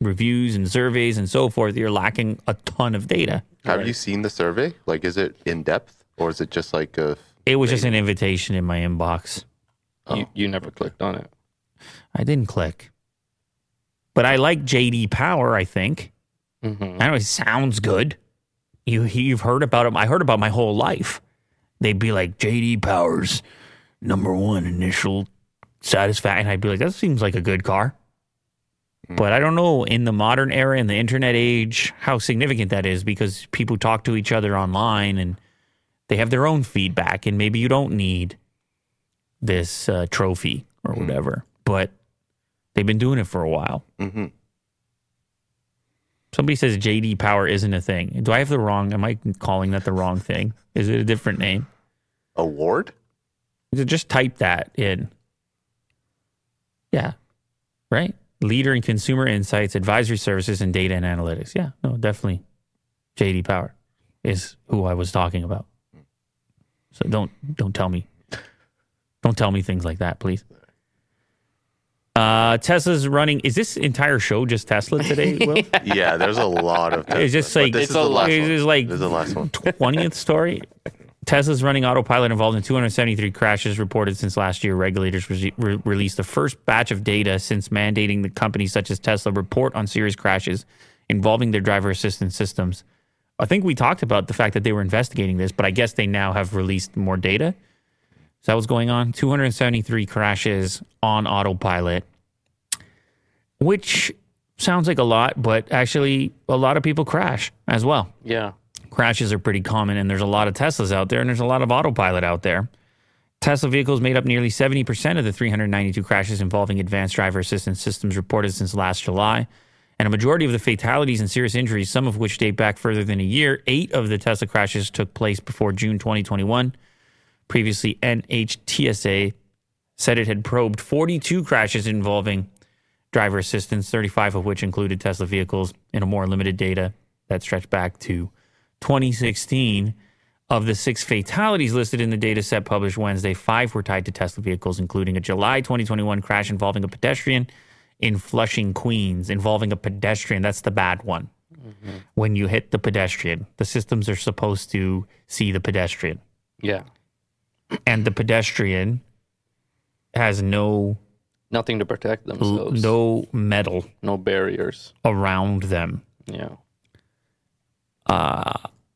Speaker 3: reviews and surveys and so forth, you're lacking a ton of data.
Speaker 4: Have you seen the survey? Like, is it in depth or is it just like a?
Speaker 3: It was just an invitation in my inbox. Oh.
Speaker 1: you, you never clicked on it.
Speaker 3: I didn't click. But I like JD Power, I think. I don't know, it sounds good. You you've heard about him. I heard about my whole life. They'd be like JD Power's number one initial satisfaction. I'd be like, that seems like a good car. But I don't know in the modern era, in the internet age, how significant that is because people talk to each other online and they have their own feedback, and maybe you don't need this uh, trophy or whatever. But they've been doing it for a while.
Speaker 4: hmm
Speaker 3: Somebody says JD Power isn't a thing. Do I have the wrong? Am I calling that the wrong thing? Is it a different name?
Speaker 4: Award?
Speaker 3: Just type that in. Yeah. Right? Leader in consumer insights, advisory services, and data and analytics. Yeah. No, definitely. JD Power is who I was talking about. So don't don't tell me. Don't tell me things like that, please. Uh, Tesla's running. Is this entire show just Tesla today? Will?
Speaker 4: Yeah, there's a lot of.
Speaker 3: It's just
Speaker 4: But
Speaker 3: like
Speaker 4: this
Speaker 3: it's
Speaker 4: is the last
Speaker 3: it's
Speaker 4: one.
Speaker 3: just like
Speaker 4: This is the last one.
Speaker 3: twentieth story. Tesla's running autopilot involved in 273 crashes reported since last year. Regulators re- re- released the first batch of data since mandating that companies such as Tesla report on serious crashes involving their driver assistance systems. I think we talked about the fact that they were investigating this, but I guess they now have released more data. So that was going on. 273 crashes on autopilot, which sounds like a lot, but actually, a lot of people crash as well
Speaker 1: Yeah.
Speaker 3: crashes are pretty common, and there's a lot of Teslas out there, and there's a lot of autopilot out there. Tesla vehicles made up nearly 70% of the 392 crashes involving advanced driver assistance systems reported since last July. And a majority of the fatalities and serious injuries, some of which date back further than a year, eight of the Tesla crashes took place before June 2021. Previously, NHTSA said it had probed 42 crashes involving driver assistance, 35 of which included Tesla vehicles, in a more limited data that stretched back to 2016. Of the six fatalities listed in the data set published Wednesday, five were tied to Tesla vehicles, including a July 2021 crash involving a pedestrian in Flushing, Queens, involving a pedestrian. That's the bad one. When you hit the pedestrian, the systems are supposed to see the pedestrian
Speaker 1: Yeah.
Speaker 3: and the pedestrian has no
Speaker 1: Nothing to protect themselves.
Speaker 3: no metal
Speaker 1: No barriers.
Speaker 3: around them.
Speaker 1: Yeah.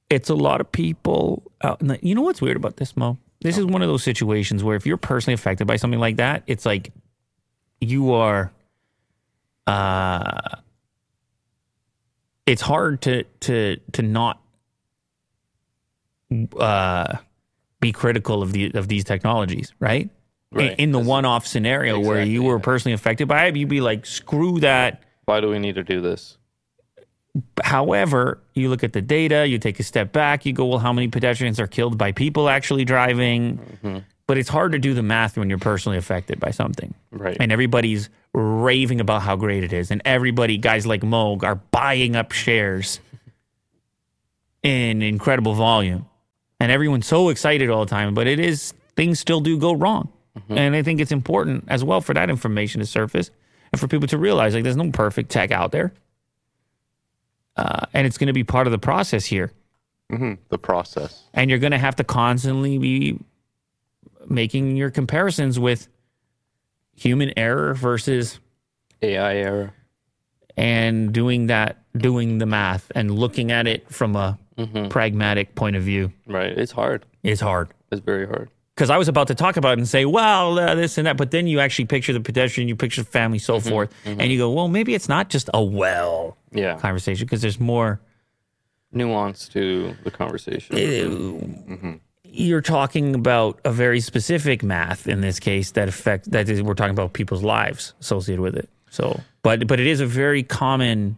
Speaker 3: It's a lot of people. Out in the, you know what's weird about this, Mo? This is one of those situations where if you're personally affected by something like that, it's like you are. Uh, it's hard to to to not uh, be critical of the of these technologies, right? In-
Speaker 1: Right.
Speaker 3: In, the one-off scenario where you
Speaker 1: Exactly,
Speaker 3: were personally affected by it, you'd be like, "Screw that."
Speaker 1: Why do we need to do this?
Speaker 3: However, you look at the data, you take a step back, you go, well, how many pedestrians are killed by people actually driving? But it's hard to do the math when you're personally affected by something.
Speaker 1: Right.
Speaker 3: And everybody's raving about how great it is. And everybody, guys like Moog, are buying up shares in incredible volume. And everyone's so excited all the time, but it is, things still do go wrong. And I think it's important as well for that information to surface and for people to realize like there's no perfect tech out there Uh, and it's going to be part of the process here.
Speaker 4: Mm-hmm. the process.
Speaker 3: And you're going to have to constantly be making your comparisons with human error versus
Speaker 1: AI error.
Speaker 3: and doing that, doing the math and looking at it from a pragmatic point of view
Speaker 1: Right. It's hard.
Speaker 3: is hard.
Speaker 1: It's very hard.
Speaker 3: Because I was about to talk about it and say, well, uh, this and that, but then you actually picture the pedestrian, you picture the family, so forth, and you go, well, maybe it's not just a well
Speaker 1: Yeah.
Speaker 3: conversation because there's more.
Speaker 1: Nuance to the conversation.
Speaker 3: you're talking about a very specific math in this case that affect that is we're talking about people's lives associated with it. So, but but it is a very common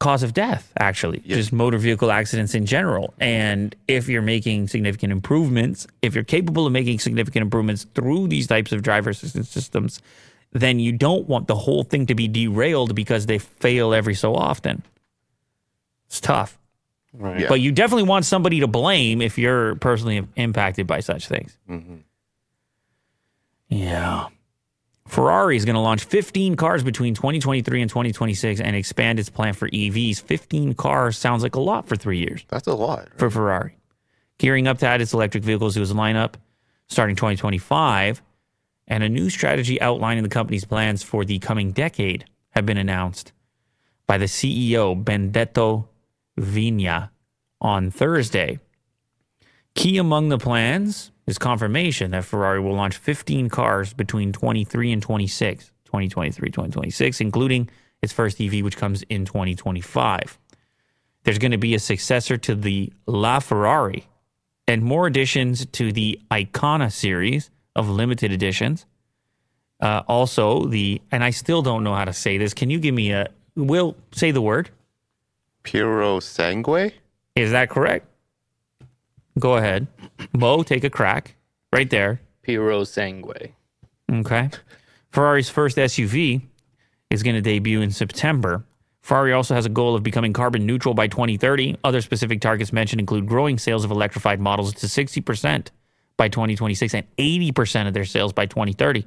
Speaker 3: cause of death actually, just motor vehicle accidents in general. And if you're making significant improvements, if you're capable of making significant improvements through these types of driver assistance systems, then you don't want the whole thing to be derailed because they fail every so often. It's tough.
Speaker 1: right.
Speaker 4: Yeah.
Speaker 3: But you definitely want somebody to blame if you're personally impacted by such things. Yeah. Ferrari is going to launch 15 cars between 2023 and 2026 and expand its plan for EVs. 15 cars sounds like a lot for three years
Speaker 4: That's a lot.
Speaker 3: for Ferrari, gearing up to add its electric vehicles to its lineup starting 2025, and a new strategy outlining the company's plans for the coming decade have been announced by the CEO Benedetto Vigna on Thursday. Key among the plans is confirmation that Ferrari will launch 15 cars between 23 and 26, 2023, 2026, including its first EV, which comes in 2025 there's going to be a successor to the La Ferrari and more additions to the Icona series of limited editions. Uh, also, the, and I still don't know how to say this. Can you give me a, Will, say the word.
Speaker 4: Puro sangue?
Speaker 3: Is that correct? Go ahead. Mo, take a crack right there.
Speaker 1: Piro Sangue.
Speaker 3: Okay. Ferrari's first SUV is going to debut in September. Ferrari also has a goal of becoming carbon neutral by 2030. Other specific targets mentioned include growing sales of electrified models to 60% by 2026 and 80% of their sales by 2030.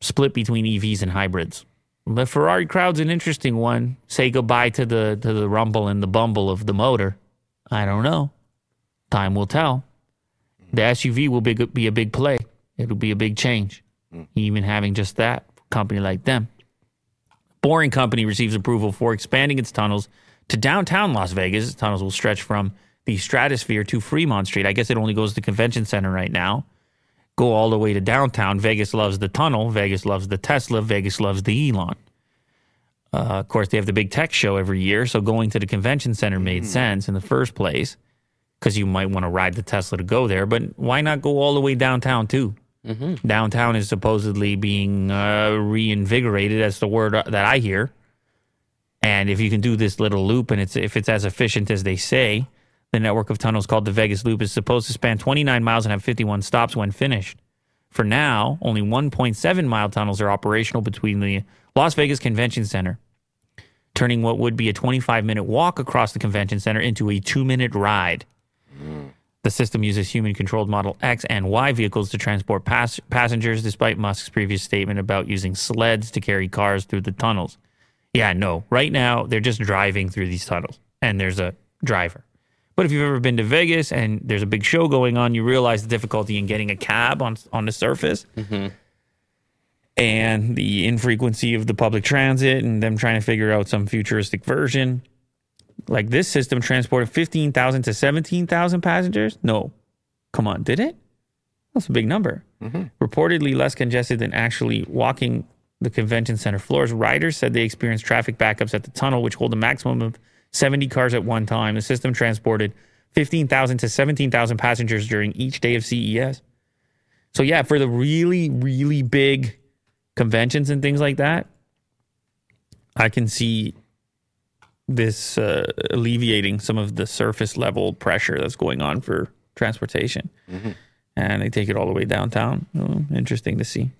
Speaker 3: Split between EVs and hybrids. The Ferrari crowd's an interesting one. Say goodbye to the to the rumble and the bumble of the motor. I don't know. Time will tell the SUV will be, be a big play. It'll be a big change. Even having just that company like them. Boring Company receives approval for expanding its tunnels to downtown Las Vegas. Its tunnels will stretch from the stratosphere to Fremont Street. I guess it only goes to the convention center right now. Go all the way to downtown. Vegas loves the tunnel. Vegas loves the Tesla. Vegas loves the Elon. Uh, of course, they have the big tech show every year, so going to the convention center made sense in the first place because you might want to ride the Tesla to go there. But why not go all the way downtown too? Downtown is supposedly being uh, reinvigorated. That's the word uh, that I hear. And if you can do this little loop, and it's if it's as efficient as they say, the network of tunnels called the Vegas Loop is supposed to span 29 miles and have 51 stops when finished. For now, only 1.7 mile tunnels are operational between the Las Vegas Convention Center, turning what would be a 25 minute walk across the convention center into a two minute ride. The system uses human controlled Model X and Y vehicles to transport pass- passengers, despite Musk's previous statement about using sleds to carry cars through the tunnels. Yeah, no, right now they're just driving through these tunnels and there's a driver. But if you've ever been to Vegas and there's a big show going on, you realize the difficulty in getting a cab on, on the surface and the infrequency of the public transit and them trying to figure out some futuristic version like this system transported 15,000 to 17,000 passengers? No. Come on, did it? That's a big number. Reportedly less congested than actually walking the convention center floors. Riders said they experienced traffic backups at the tunnel, which hold a maximum of 70 cars at one time. The system transported 15,000 to 17,000 passengers during each day of CES. So, yeah, for the really, really big conventions and things like that, I can see this uh, alleviating some of the surface level pressure that's going on for transportation.
Speaker 1: Mm-hmm.
Speaker 3: And they take it all the way downtown. Oh, interesting to see.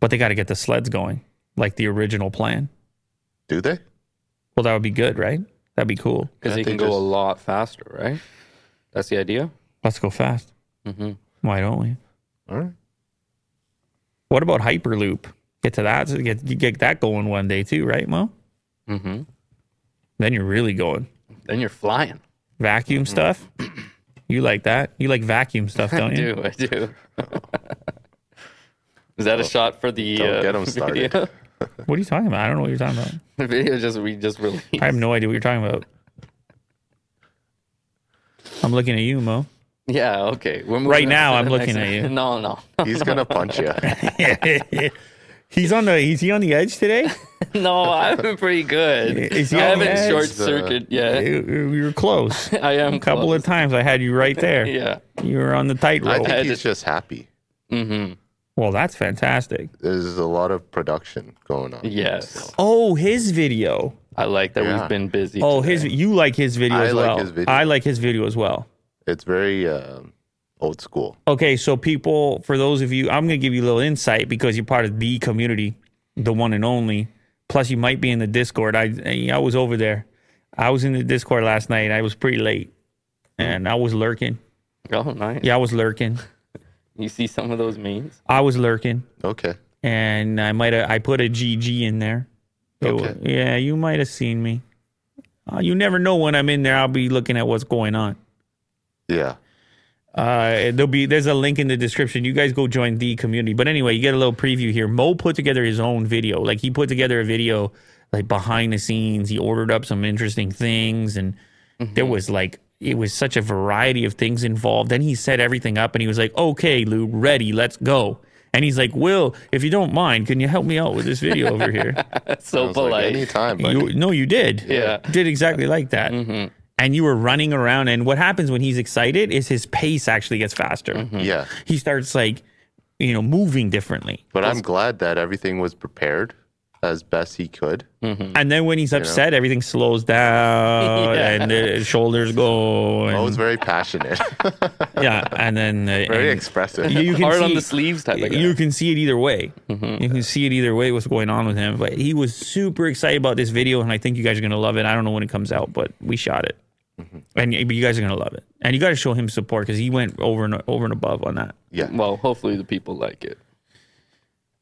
Speaker 3: But they got to get the sleds going, like the original plan.
Speaker 4: Do they?
Speaker 3: Well, that would be good, right? That'd be cool.
Speaker 1: because
Speaker 4: Can't
Speaker 1: they can
Speaker 4: they
Speaker 1: go a
Speaker 4: just-
Speaker 1: lot faster, right? That's the idea.
Speaker 3: Let's go fast.
Speaker 1: Mm-hmm.
Speaker 3: Why don't we?
Speaker 4: All right.
Speaker 3: What about Hyperloop? Get to that. so Get get that going one day too, right, Mo?
Speaker 1: Mm-hmm.
Speaker 3: Then you're really going
Speaker 1: Then you're flying.
Speaker 3: vacuum stuff. You like that? You like vacuum stuff, don't
Speaker 1: Mm-hmm. I
Speaker 3: you?
Speaker 1: do. I do. Is
Speaker 3: Oh,
Speaker 1: that a shot for the
Speaker 4: Don't
Speaker 1: uh,
Speaker 4: get 'em started.
Speaker 1: Video?
Speaker 3: What are you talking about? I don't know what you're talking about.
Speaker 1: the video just we just released.
Speaker 3: I have no idea what you're talking about. I'm looking at you, Mo.
Speaker 1: Yeah. Okay. We're moving
Speaker 3: Right
Speaker 1: on
Speaker 3: now,
Speaker 1: to
Speaker 3: I'm
Speaker 1: the
Speaker 3: looking
Speaker 1: next-
Speaker 3: at you.
Speaker 1: No, no,
Speaker 4: He's gonna punch you.
Speaker 3: he's on the he's he on the edge today?
Speaker 1: no. I've been pretty good.
Speaker 3: Is he
Speaker 1: I
Speaker 3: on the
Speaker 1: haven't
Speaker 3: edge?
Speaker 1: short
Speaker 4: Uh,
Speaker 1: circuit yet.
Speaker 3: You you were close. A
Speaker 1: I am a
Speaker 3: couple of times I had you right there.
Speaker 1: Yeah.
Speaker 3: You were on the
Speaker 4: I
Speaker 3: tightrope.
Speaker 4: think
Speaker 1: had
Speaker 4: he's
Speaker 1: to-
Speaker 4: just happy.
Speaker 3: Well, that's fantastic.
Speaker 4: There's a lot of production going on.
Speaker 1: Yes.
Speaker 3: Oh, his video.
Speaker 1: I like that
Speaker 4: Yeah.
Speaker 1: we've been busy.
Speaker 3: Oh,
Speaker 1: today.
Speaker 3: his you like his video
Speaker 4: I
Speaker 3: as
Speaker 4: like
Speaker 3: well.
Speaker 4: his video.
Speaker 3: I like his video as well.
Speaker 4: It's very um, old school.
Speaker 3: Okay, so people, for those of you, I'm going to give you a little insight because you're part of the community, the one and only. Plus, you might be in the Discord. I I was over there. I was in the Discord last night. I was pretty late, and I was lurking.
Speaker 1: Oh, nice.
Speaker 3: Yeah, I was lurking.
Speaker 1: You see some of those memes?
Speaker 3: I was lurking,
Speaker 4: Okay.
Speaker 3: and I might have I put a GG in there. It wa-
Speaker 4: Okay.
Speaker 3: yeah, you might have seen me. Uh, you never know when I'm in there. I'll be looking at what's going on.
Speaker 4: Yeah.
Speaker 3: Uh, there'll be there's a link in the description. You guys go join the community. But anyway, you get a little preview here. Mo put together his own video. Like he put together a video like behind the scenes. He ordered up some interesting things, and there was like it was such a variety of things involved. Then he set everything up, and he was like, "Okay, Lou, ready, let's go." And he's like, "Will, if you don't mind, can you help me out with this video over here?"
Speaker 1: That's so
Speaker 4: I was like,
Speaker 1: polite.
Speaker 4: anytime, buddy.
Speaker 3: You, no, you did.
Speaker 1: Yeah.
Speaker 3: You did exactly like that. And you were running around. And what happens when he's excited is his pace actually gets faster.
Speaker 4: yeah.
Speaker 3: He starts like, you know, moving differently.
Speaker 4: But I'm glad that everything was prepared as best he could.
Speaker 3: And then when he's upset, everything slows
Speaker 1: Hmm.
Speaker 3: down
Speaker 1: Yeah.
Speaker 3: and the shoulders go.
Speaker 4: I
Speaker 3: And,
Speaker 4: was very passionate,
Speaker 3: yeah. And then uh,
Speaker 4: very
Speaker 3: and
Speaker 4: expressive.
Speaker 3: you, you can
Speaker 1: Hard
Speaker 3: see,
Speaker 1: on the sleeves type of guy. Mm-hmm.
Speaker 3: You can see it either way. You can see it either way what's going on with him. But he was super excited about this video, and I think you guys are gonna love it. I don't know when it comes out, but we shot it,
Speaker 1: Mm-hmm.
Speaker 3: and y- but you guys are gonna love it. And you got to show him support because he went over and over and above on that.
Speaker 4: Yeah.
Speaker 1: well, hopefully the people like it.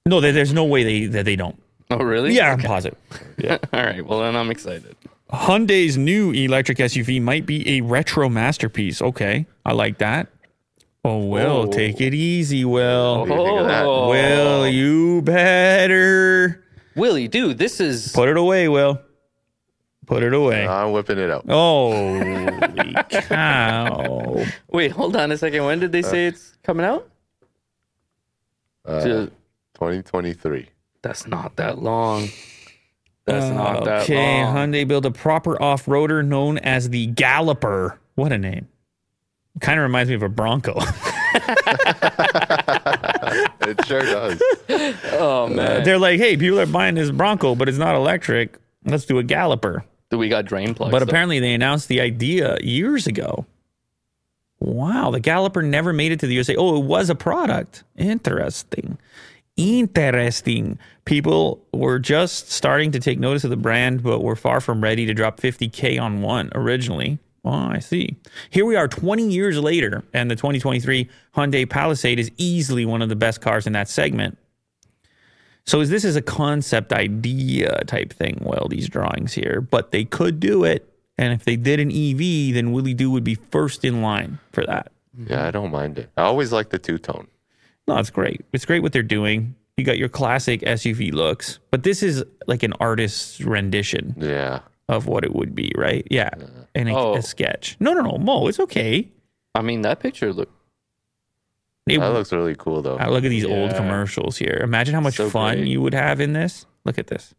Speaker 3: No, there, there's no way they that they don't.
Speaker 1: Oh, really?
Speaker 3: Yeah, I'm positive.
Speaker 1: All right. Well, then I'm excited.
Speaker 3: Hyundai's new electric SUV might be a retro masterpiece. Okay, I like that. Oh well,
Speaker 1: Oh.
Speaker 3: take it easy, Will.
Speaker 4: you think of that?
Speaker 1: Oh,
Speaker 3: Will you better
Speaker 1: Willie, dude, this is
Speaker 3: put it away, Will. Put it away.
Speaker 4: I'm whipping it
Speaker 3: Oh.
Speaker 4: out.
Speaker 3: Holy cow.
Speaker 1: Wait, hold on a second. When did they say it's coming out?
Speaker 4: Uh,
Speaker 1: Ju-
Speaker 4: 2023.
Speaker 1: that's not that long. That's not that
Speaker 3: Oh, Okay,
Speaker 1: long.
Speaker 3: Hyundai built a proper off-roader known as the Galloper. What a name. Kind of reminds me of a Bronco.
Speaker 4: It sure does.
Speaker 1: Oh man,
Speaker 3: They're like, hey, people are buying this Bronco, but it's not electric. Let's do a Galloper.
Speaker 1: Do we got drain plugs.
Speaker 3: But
Speaker 1: though.
Speaker 3: apparently they announced the idea years ago. Wow, the Galloper never made it to the USA. Oh, it was a product. Interesting. Interesting. People were just starting to take notice of the brand, but were far from ready to drop 50K on one originally. Oh, I see. Here we are 20 years later, and the 2023 Hyundai Palisade is easily one of the best cars in that segment. So is this is a concept idea type thing? Well, these drawings here, but they could do it. And if they did an EV, then Willie Doo would be first in line for that.
Speaker 4: Yeah, I don't mind it. I always like the two tone.
Speaker 3: No, it's great. It's great what they're doing. You got your classic SUV looks, but this is like an artist's rendition
Speaker 4: Yeah.
Speaker 3: of what it would be, right? Yeah, and a,
Speaker 1: Oh.
Speaker 3: a sketch. No, no, no, Mo, it's okay.
Speaker 1: I mean that picture look.
Speaker 3: It-
Speaker 4: That looks really cool though.
Speaker 3: I look at these old
Speaker 1: Yeah.
Speaker 3: commercials here. Imagine how much
Speaker 1: So
Speaker 3: fun
Speaker 1: great.
Speaker 3: you would have in this. Look at this.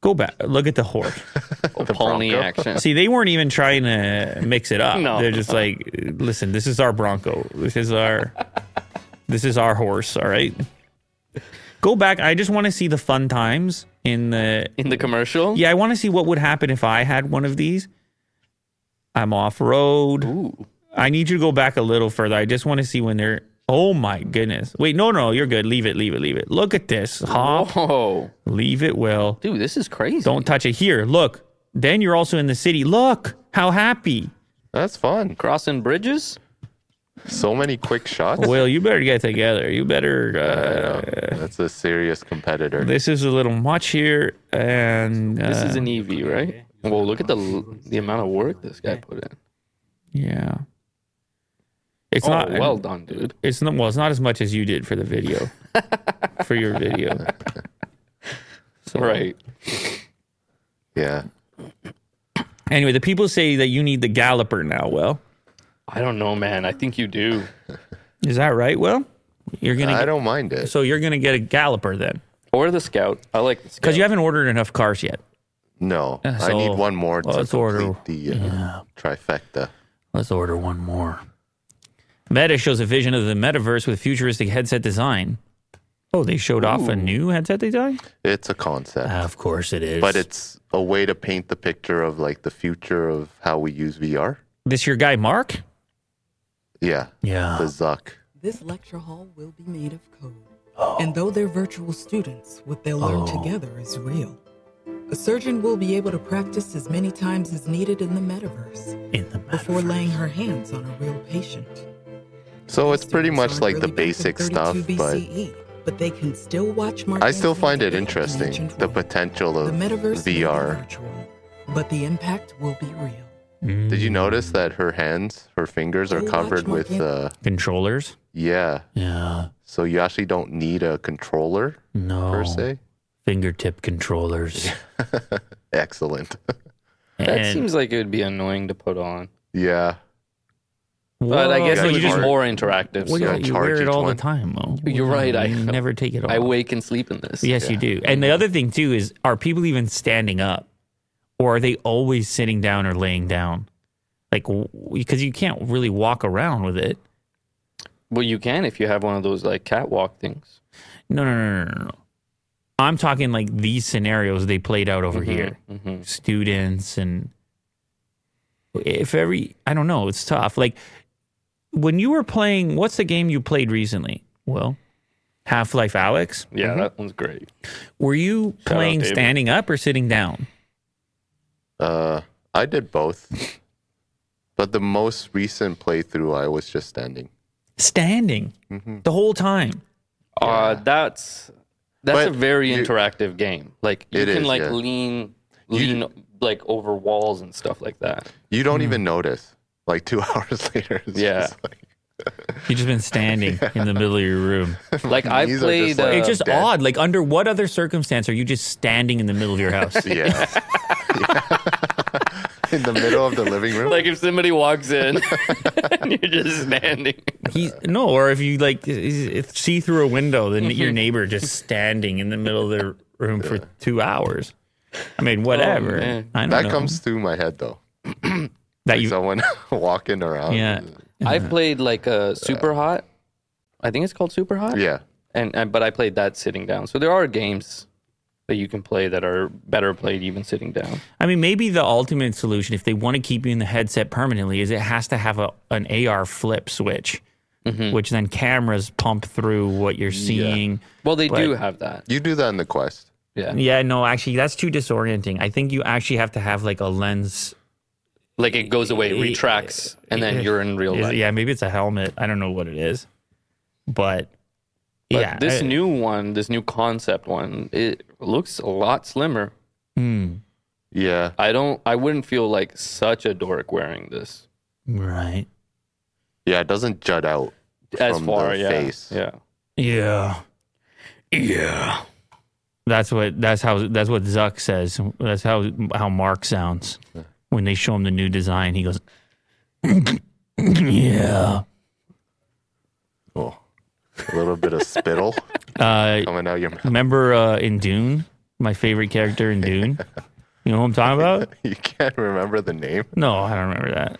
Speaker 3: Go back. Look at the horse.
Speaker 1: The pony
Speaker 4: Bronco?
Speaker 1: action.
Speaker 3: See, they weren't even trying to mix it up.
Speaker 1: No.
Speaker 3: They're just like, listen, this is our Bronco. This is our this is our horse, all right? Go back. I just want to see the fun times in the
Speaker 1: in the commercial.
Speaker 3: Yeah, I want to see what would happen if I had one of these. I'm off road.
Speaker 1: Ooh.
Speaker 3: I need you to go back a little further. I just want to see when they're Oh my goodness. Wait, no, no, you're good. Leave it, leave it, leave it. Look at this. Hop.
Speaker 1: Oh,
Speaker 3: Leave it, Will.
Speaker 1: dude, this is crazy.
Speaker 3: Don't touch it here. Look. Then you're also in the city. Look how happy.
Speaker 4: That's fun.
Speaker 1: crossing bridges.
Speaker 4: So many quick shots.
Speaker 3: Will, you better get together. You better.
Speaker 4: Yeah, that's a serious competitor.
Speaker 3: Uh, this is a little much here, and uh,
Speaker 1: This is an EV, right? Well, look at the the amount of work this guy put in.
Speaker 3: yeah. It's
Speaker 1: Oh,
Speaker 3: not
Speaker 1: well done, dude.
Speaker 3: It's not well. It's not as much as you did for the video, for your video. So,
Speaker 1: Right.
Speaker 4: Yeah.
Speaker 3: Anyway, the people say that you need the galloper now. Well,
Speaker 1: I don't know, man. I think you do.
Speaker 3: is that right? Well, you're gonna.
Speaker 4: I
Speaker 3: get-
Speaker 4: don't mind it.
Speaker 3: so you're gonna get a galloper then,
Speaker 1: Or the Scout. I like the Scout.
Speaker 3: because you haven't ordered enough cars yet.
Speaker 4: No. I
Speaker 3: Uh, so-
Speaker 4: need one more to
Speaker 3: let's
Speaker 4: complete
Speaker 3: order-
Speaker 4: the uh, trifecta.
Speaker 3: Let's order one more. Meta shows a vision of the metaverse with futuristic headset design. Oh, they showed off a new headset design?
Speaker 4: It's a concept.
Speaker 3: Of course it is.
Speaker 4: but it's a way to paint the picture of like the future of how we use VR.
Speaker 3: this your guy Mark?
Speaker 4: Yeah. The
Speaker 3: Yeah.
Speaker 4: Zuck.
Speaker 5: This lecture hall will be made of code. And though they're virtual students, what they'll learn together is real. A surgeon will be able to practice as many times as needed in the metaverse
Speaker 3: In the
Speaker 5: before laying her hands on a real patient.
Speaker 4: So it's
Speaker 5: Students
Speaker 4: pretty much
Speaker 5: aren't
Speaker 4: like the
Speaker 5: really back in
Speaker 4: basic stuff,
Speaker 5: 32
Speaker 4: but
Speaker 5: BCE, E, but they can still watch Mark
Speaker 4: I still
Speaker 5: Antony
Speaker 4: find it
Speaker 5: debate
Speaker 4: interesting
Speaker 5: imagined
Speaker 4: the
Speaker 5: world.
Speaker 4: potential
Speaker 5: The
Speaker 4: of
Speaker 5: metaverse will be
Speaker 4: VR.
Speaker 5: virtual, but the impact will be real.
Speaker 4: Did you notice that her hands, her fingers are
Speaker 5: Watch
Speaker 4: covered
Speaker 5: my
Speaker 4: with
Speaker 5: hand.
Speaker 4: uh
Speaker 3: controllers?
Speaker 4: yeah.
Speaker 3: Yeah.
Speaker 4: So you actually don't need a controller
Speaker 3: No.
Speaker 4: per se.
Speaker 3: Fingertip controllers.
Speaker 4: Excellent.
Speaker 1: that seems like it would be annoying to put on.
Speaker 4: yeah.
Speaker 1: But I guess
Speaker 4: Whoa.
Speaker 1: it's
Speaker 4: You just-
Speaker 1: more interactive. so
Speaker 3: well, yeah,
Speaker 4: gotta
Speaker 3: you
Speaker 4: charge
Speaker 3: wear it
Speaker 4: each
Speaker 3: all
Speaker 4: one.
Speaker 3: the time, Mo.
Speaker 1: You're right, I-
Speaker 3: You never take it off.
Speaker 1: I wake and sleep in this.
Speaker 3: Yes, you do. And the other thing too is, are people even standing up, or are they always sitting down or laying down? Like, because you can't really walk around with it.
Speaker 1: Well, you can if you have one of those like catwalk things.
Speaker 3: No, no, no, no, no, no. I'm talking like these scenarios they played out
Speaker 1: Mm-hmm.
Speaker 3: over here, students and if every I don't know, it's tough. Like when you were playing, what's the game you played recently? Well, Half Life Alex.
Speaker 1: Yeah, that one's great.
Speaker 3: Were you
Speaker 1: out,
Speaker 3: playing
Speaker 1: David.
Speaker 3: standing up or sitting down?
Speaker 4: Uh I did both. But the most recent playthrough I was just standing.
Speaker 3: standing
Speaker 4: Mm-hmm.
Speaker 3: the whole time.
Speaker 1: Uh, that's that's
Speaker 4: But
Speaker 1: a very
Speaker 4: you-
Speaker 1: interactive game. Like you
Speaker 4: It
Speaker 1: can
Speaker 4: is,
Speaker 1: like
Speaker 4: yeah.
Speaker 1: lean
Speaker 4: You-
Speaker 1: lean like over walls and stuff like that.
Speaker 4: You don't even notice. Like two hours later. It's
Speaker 1: Hmm. Yeah.
Speaker 4: just like-
Speaker 3: You've just been standing in the middle of your room.
Speaker 1: Like I
Speaker 4: These are just
Speaker 1: played.
Speaker 4: like-
Speaker 1: uh,
Speaker 3: It's just
Speaker 4: dead.
Speaker 3: odd. Like, under what other circumstance are you just standing in the middle of your house?
Speaker 4: yeah. in the middle of the living room.
Speaker 1: Like if somebody walks in and you're just standing.
Speaker 3: He's no, or if you like if see through a window,
Speaker 4: Mm-hmm.
Speaker 3: then your neighbor just standing in the middle of their room for two hours. I mean, whatever.
Speaker 1: man.
Speaker 3: I don't
Speaker 4: Oh, that
Speaker 3: know.
Speaker 4: comes through my head though.
Speaker 1: Uh,
Speaker 3: that you,
Speaker 4: Someone walking around.
Speaker 3: yeah.
Speaker 1: I've played like a super hot. I think it's called super hot.
Speaker 4: Yeah.
Speaker 1: And, and but I played that sitting down. So there are games that you can play that are better played even sitting down.
Speaker 3: I mean, maybe the ultimate solution, if they want to keep you in the headset permanently, is it has to have a an AR flip switch,
Speaker 4: Mm-hmm.
Speaker 3: which then cameras pump through what you're seeing.
Speaker 1: Well, they do
Speaker 3: But-
Speaker 1: have that.
Speaker 4: You do that in the quest.
Speaker 1: Yeah.
Speaker 3: Yeah, no, actually, that's too disorienting. I think you actually have to have like a lens.
Speaker 1: Like it goes away,
Speaker 3: Yeah.
Speaker 1: retracts, and then you're in real
Speaker 3: Is-
Speaker 1: life.
Speaker 3: yeah, maybe it's a helmet. I don't know what it is, but,
Speaker 1: But
Speaker 3: yeah,
Speaker 1: this
Speaker 3: I-
Speaker 1: new one, this new concept one, it looks a lot slimmer.
Speaker 3: Hmm,
Speaker 4: Yeah.
Speaker 1: I don't I wouldn't feel like such a dork wearing this.
Speaker 3: right.
Speaker 4: Yeah. It doesn't jut out
Speaker 1: As
Speaker 4: from
Speaker 1: far
Speaker 4: the
Speaker 1: yeah.
Speaker 4: face.
Speaker 1: Yeah.
Speaker 3: Yeah. Yeah. That's what that's how that's what Zuck says. That's how how Mark sounds. When they show him the new design, he goes Yeah.
Speaker 4: Oh, a little bit of spittle
Speaker 3: Uh
Speaker 4: coming out your mouth.
Speaker 3: remember uh in Dune? My favorite character in Dune? You know what I'm talking about?
Speaker 4: You can't remember the name
Speaker 3: No, I don't remember that.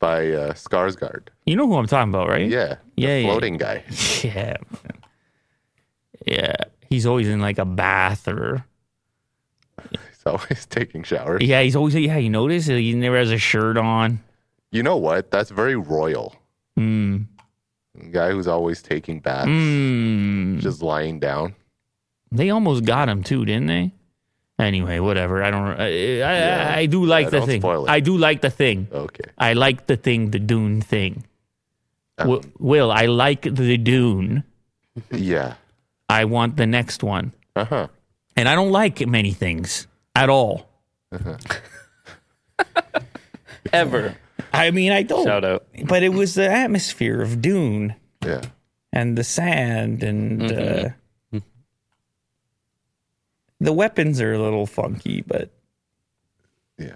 Speaker 4: by uh, Skarsgård.
Speaker 3: You know who I'm talking about, right?
Speaker 4: Yeah. the
Speaker 3: Yeah, yeah.
Speaker 4: Floating guy.
Speaker 3: Yeah. man. Yeah. He's always in like a bath or
Speaker 4: He's always taking showers.
Speaker 3: Yeah, he's always yeah, you notice he never has a shirt on.
Speaker 4: You know what? That's very royal.
Speaker 3: Hmm.
Speaker 4: Guy who's always taking baths,
Speaker 3: Hmm.
Speaker 4: just lying down.
Speaker 3: They almost got him too, didn't they? Anyway, whatever. I don't. I, I, I, I do like
Speaker 4: Yeah,
Speaker 3: the
Speaker 4: don't
Speaker 3: thing.
Speaker 4: spoil it.
Speaker 3: I do like the thing.
Speaker 4: Okay.
Speaker 3: I like the thing. The Dune thing. Wi-
Speaker 4: Um,
Speaker 3: Will I like the Dune?
Speaker 4: Yeah.
Speaker 3: I want the next one,
Speaker 4: Uh huh.
Speaker 3: and I don't like many things at all.
Speaker 1: Ever.
Speaker 3: I mean, I don't.
Speaker 1: Shout out.
Speaker 3: But it was the atmosphere of Dune
Speaker 4: Yeah.
Speaker 3: and the sand and uh, the weapons are a little funky, but.
Speaker 4: Yeah.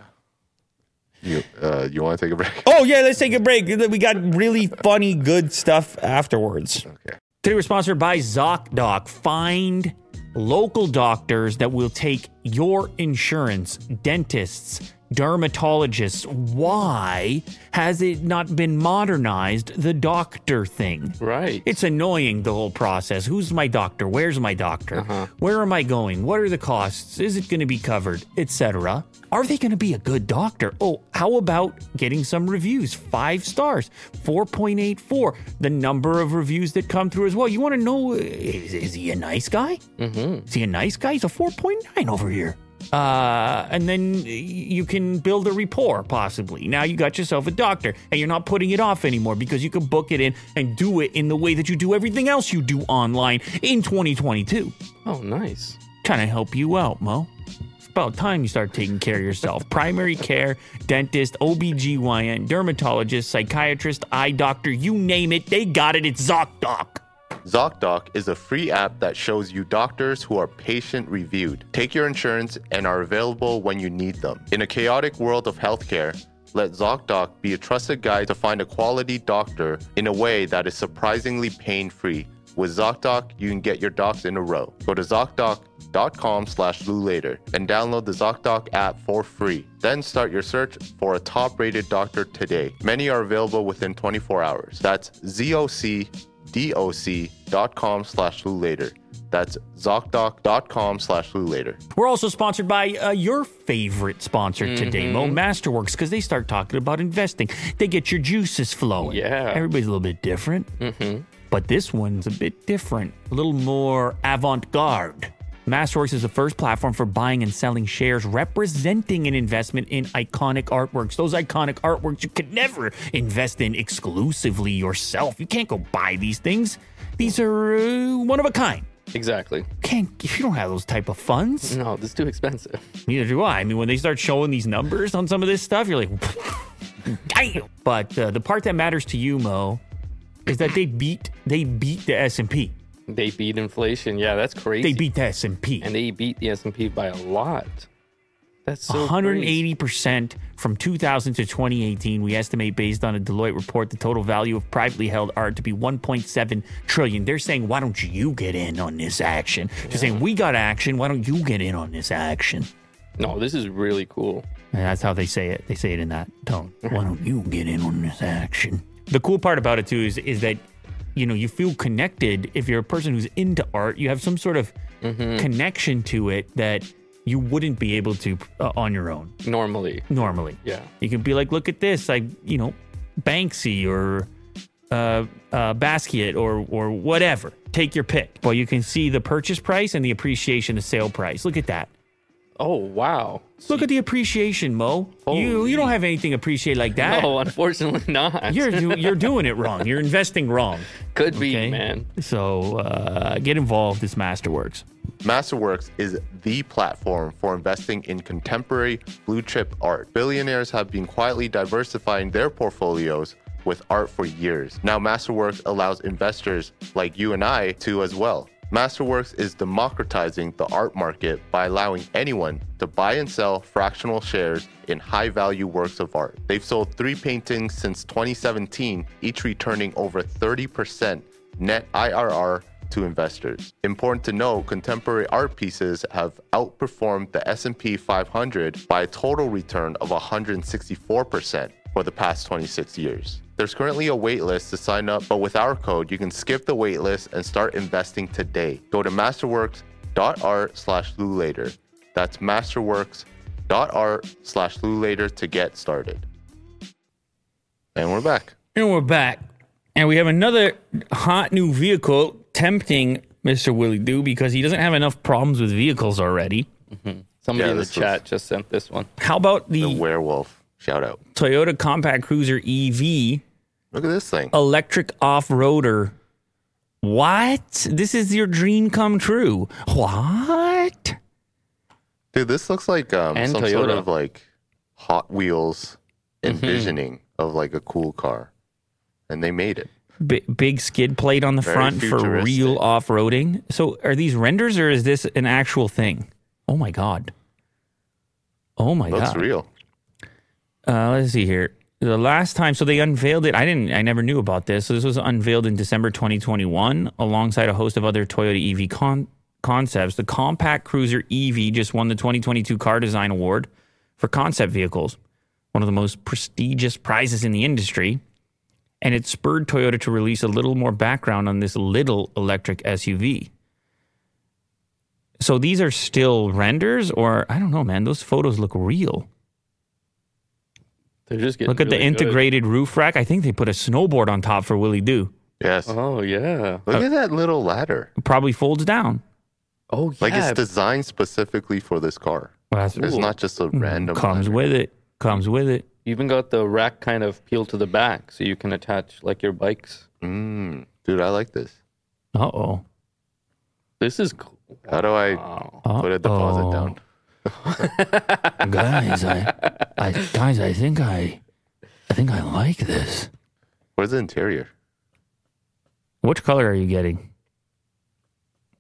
Speaker 4: You uh, you want to take a break?
Speaker 3: Oh yeah, let's take a break. We got really funny, good stuff afterwards.
Speaker 4: Okay.
Speaker 3: Today we're sponsored by ZocDoc. Find local doctors that will take your insurance, dentists, dermatologists. Why has it not been modernized? The doctor thing.
Speaker 1: Right.
Speaker 3: It's annoying the whole process. Who's my doctor? Where's my doctor? Where am I going? What are the costs? Is it going to be covered? Etc. Are they going to be a good doctor? Oh, how about getting some reviews? 5 stars, 4.84. The number of reviews that come through as well. You want to know uh, is, is he a nice guy? Is he a nice guy? He's a 4.9 over here. Uh, and then you can build a rapport, possibly. Now you got yourself a doctor, and you're not putting it off anymore because you can book it in and do it in the way that you do everything else you do online in 2022.
Speaker 1: Oh nice.
Speaker 3: Kind of help you out, Mo. It's about time you start taking care of yourself. Primary care, dentist, OBGYN, dermatologist, psychiatrist, eye doctor, you name it, they got it. It's ZocDoc.
Speaker 4: ZocDoc is a free app that shows you doctors who are patient reviewed, take your insurance, and are available when you need them. In a chaotic world of healthcare, let ZocDoc be a trusted guide to find a quality doctor in a way that is surprisingly pain free. With ZocDoc, you can get your docs in a row. Go to ZocDoc.com slash LouLater and download the ZocDoc app for free. Then start your search for a top-rated doctor today. Many are available within 24 hours. That's ZocDoc.com slash LouLater. That's ZocDoc.com slash LouLater.
Speaker 3: We're also sponsored by uh, your favorite sponsor today, Mo Masterworks, because they start talking about investing. They get your juices flowing.
Speaker 1: Yeah.
Speaker 3: Everybody's a little bit different. But this one's a bit different, a little more avant garde. Masterworks is the first platform for buying and selling shares representing an investment in iconic artworks. Those iconic artworks you could never invest in exclusively yourself. You can't go buy these things, these are uh, one of a kind.
Speaker 1: Exactly.
Speaker 3: Can't if you don't have those type of funds.
Speaker 1: No, this is too expensive.
Speaker 3: Neither do I. I mean, when they start showing these numbers on some of this stuff, you're like, damn. But uh, the part that matters to you, Mo, is that they beat they beat the S and P.
Speaker 1: They beat inflation. Yeah, that's crazy.
Speaker 3: They beat the S and P.
Speaker 1: and they beat the S&P by a lot. That's so crazy.
Speaker 3: 180% from 2000 to 2018. We estimate based on a Deloitte report the total value of privately held art to be 1.7 trillion. They're saying, "Why don't you get in on this action?" They're saying, "We got action. Why don't you get in on this action?"
Speaker 1: No, this is really cool.
Speaker 3: And that's how they say it. They say it in that tone. Why don't you get in on this action? The cool part about it too is is that you know you feel connected if you're a person who's into art. You have some sort of connection to it that you wouldn't be able to uh, on your own
Speaker 1: Normally,
Speaker 3: normally.
Speaker 1: yeah.
Speaker 3: You can be like, look at this, like you know, Banksy or uh, uh, Basquiat or or whatever. Take your pick. Well, you can see the purchase price and the appreciation, the sale price. Look at that.
Speaker 1: Oh wow.
Speaker 3: Look at the appreciation, Mo. You you don't have anything appreciate like that.
Speaker 1: No, unfortunately not.
Speaker 3: Ah. You're you- you're doing it wrong. You're investing wrong.
Speaker 1: Could be,
Speaker 3: okay?
Speaker 1: man.
Speaker 3: So uh, get involved. It's Masterworks.
Speaker 4: Masterworks is the platform for investing in contemporary blue chip art. Billionaires have been quietly diversifying their portfolios with art for years. Now, Masterworks allows investors like you and I to as well. Masterworks is democratizing the art market by allowing anyone to buy and sell fractional shares in high value works of art. They've sold three paintings since 2017, each returning over 30% net IRR to investors. Important to know, contemporary art pieces have outperformed the S&P 500 by a total return of 164% for the past 26 years. There's currently a waitlist to sign up, but with our code, you can skip the waitlist and start investing today. Go to masterworks.art slash later. That's masterworks.art slash later to get started. And we're back.
Speaker 3: And we're back. And we have another hot new vehicle tempting Mr. Willie Doo because he doesn't have enough problems with vehicles already.
Speaker 1: Somebody
Speaker 4: Yeah,
Speaker 1: in the
Speaker 4: this was-
Speaker 1: chat just sent this one.
Speaker 3: How about the
Speaker 4: The werewolf. Shout out.
Speaker 3: Toyota Compact Cruiser EV
Speaker 4: Look at this thing.
Speaker 3: electric off roader? What? This is your dream come true. What?
Speaker 4: Dude, this looks like um,
Speaker 1: And
Speaker 4: some sort
Speaker 1: Toyota. Mm-hmm.
Speaker 4: of like Hot Wheels envisioning of like a cool car, and they made it.
Speaker 3: B- big skid plate on the
Speaker 4: Very
Speaker 3: front for
Speaker 4: futuristic.
Speaker 3: real off roading. So, are these renders or is this an actual thing? Oh my God. Oh my
Speaker 4: Looks
Speaker 3: God.
Speaker 4: real.
Speaker 3: Uh, let's see here. The last time, so they unveiled it. I didn't, I never knew about this. So this was unveiled in December 2021 alongside a host of other Toyota EV con- concepts. The compact cruiser EV just won the 2022 Car Design Award for concept vehicles, one of the most prestigious prizes in the industry. And it spurred Toyota to release a little more background on this little electric SUV. So these are still renders, or I don't know, man. Those photos look real.
Speaker 1: They're just getting
Speaker 3: Look at the
Speaker 1: really good.
Speaker 3: integrated roof rack. I think they put a snowboard on top for Willie Doo.
Speaker 4: Yes.
Speaker 1: Oh yeah.
Speaker 4: Look at that little ladder.
Speaker 3: Probably folds down.
Speaker 1: Oh yeah.
Speaker 4: Like it's designed specifically for this car. It's not just
Speaker 1: Hmm.
Speaker 4: a random.
Speaker 3: comes
Speaker 4: ladder.
Speaker 3: with it. Comes with it.
Speaker 1: you even got the rack kind of peeled to the back, so you can attach like your bikes.
Speaker 4: Mm, dude, I like this.
Speaker 3: Uh oh.
Speaker 1: This is cool.
Speaker 4: How do I put a deposit down?
Speaker 3: guys, I, I, guys, I think I, I think I like this.
Speaker 4: Where's the interior?
Speaker 3: Which color are you getting?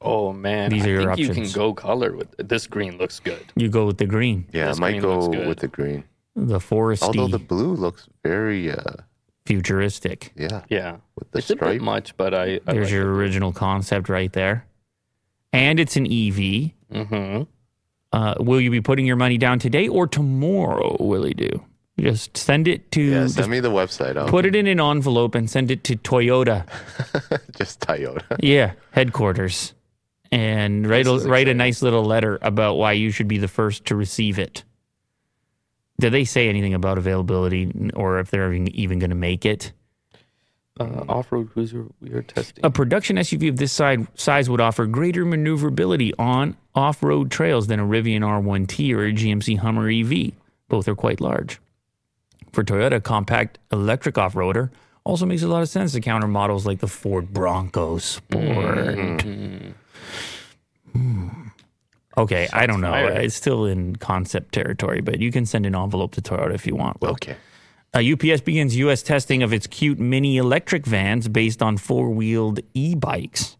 Speaker 1: Oh man,
Speaker 3: These
Speaker 1: I
Speaker 3: are your
Speaker 1: think you can
Speaker 3: options.
Speaker 1: go color with this. Green looks good.
Speaker 3: You go with the green,
Speaker 4: Yeah,
Speaker 1: This
Speaker 4: I might
Speaker 1: green looks
Speaker 4: go
Speaker 1: good.
Speaker 4: with the green.
Speaker 3: the foresty,
Speaker 4: Although the blue looks very, uh,
Speaker 3: futuristic.
Speaker 4: yeah,
Speaker 1: Yeah,
Speaker 4: with the
Speaker 1: it's a
Speaker 4: stripe.
Speaker 1: bit much, but I. I
Speaker 3: There's your original concept right there, and it's an EV.
Speaker 4: Mm-hmm.
Speaker 1: hmm
Speaker 3: Uh, will you be putting your money down today or tomorrow, Willie Do? Just send it to,
Speaker 4: Yeah,
Speaker 3: just
Speaker 4: send me the website. I'll
Speaker 3: put it in an envelope and send it to Toyota.
Speaker 4: just Toyota.
Speaker 3: yeah, headquarters. And write a,
Speaker 4: is
Speaker 3: write a
Speaker 4: exciting.
Speaker 3: nice little letter about why you should be the first to receive it. Did they say anything about availability or if they're even- even going to make it?
Speaker 1: Uh, off-road cruiser we are testing.
Speaker 3: A production SUV of this side, size would offer greater maneuverability on off road trails than a Rivian R1T or a GMC Hummer EV. Both are quite large. For Toyota, compact electric off roader also makes a lot of sense to counter models like the Ford Bronco Sport. Hmm. Okay, I don't know.
Speaker 1: fired.
Speaker 3: It's still in concept territory, but you can send an envelope to Toyota if you want.
Speaker 4: Okay.
Speaker 3: Uh, UPS begins U.S. testing of its cute mini electric vans based on four wheeled e bikes.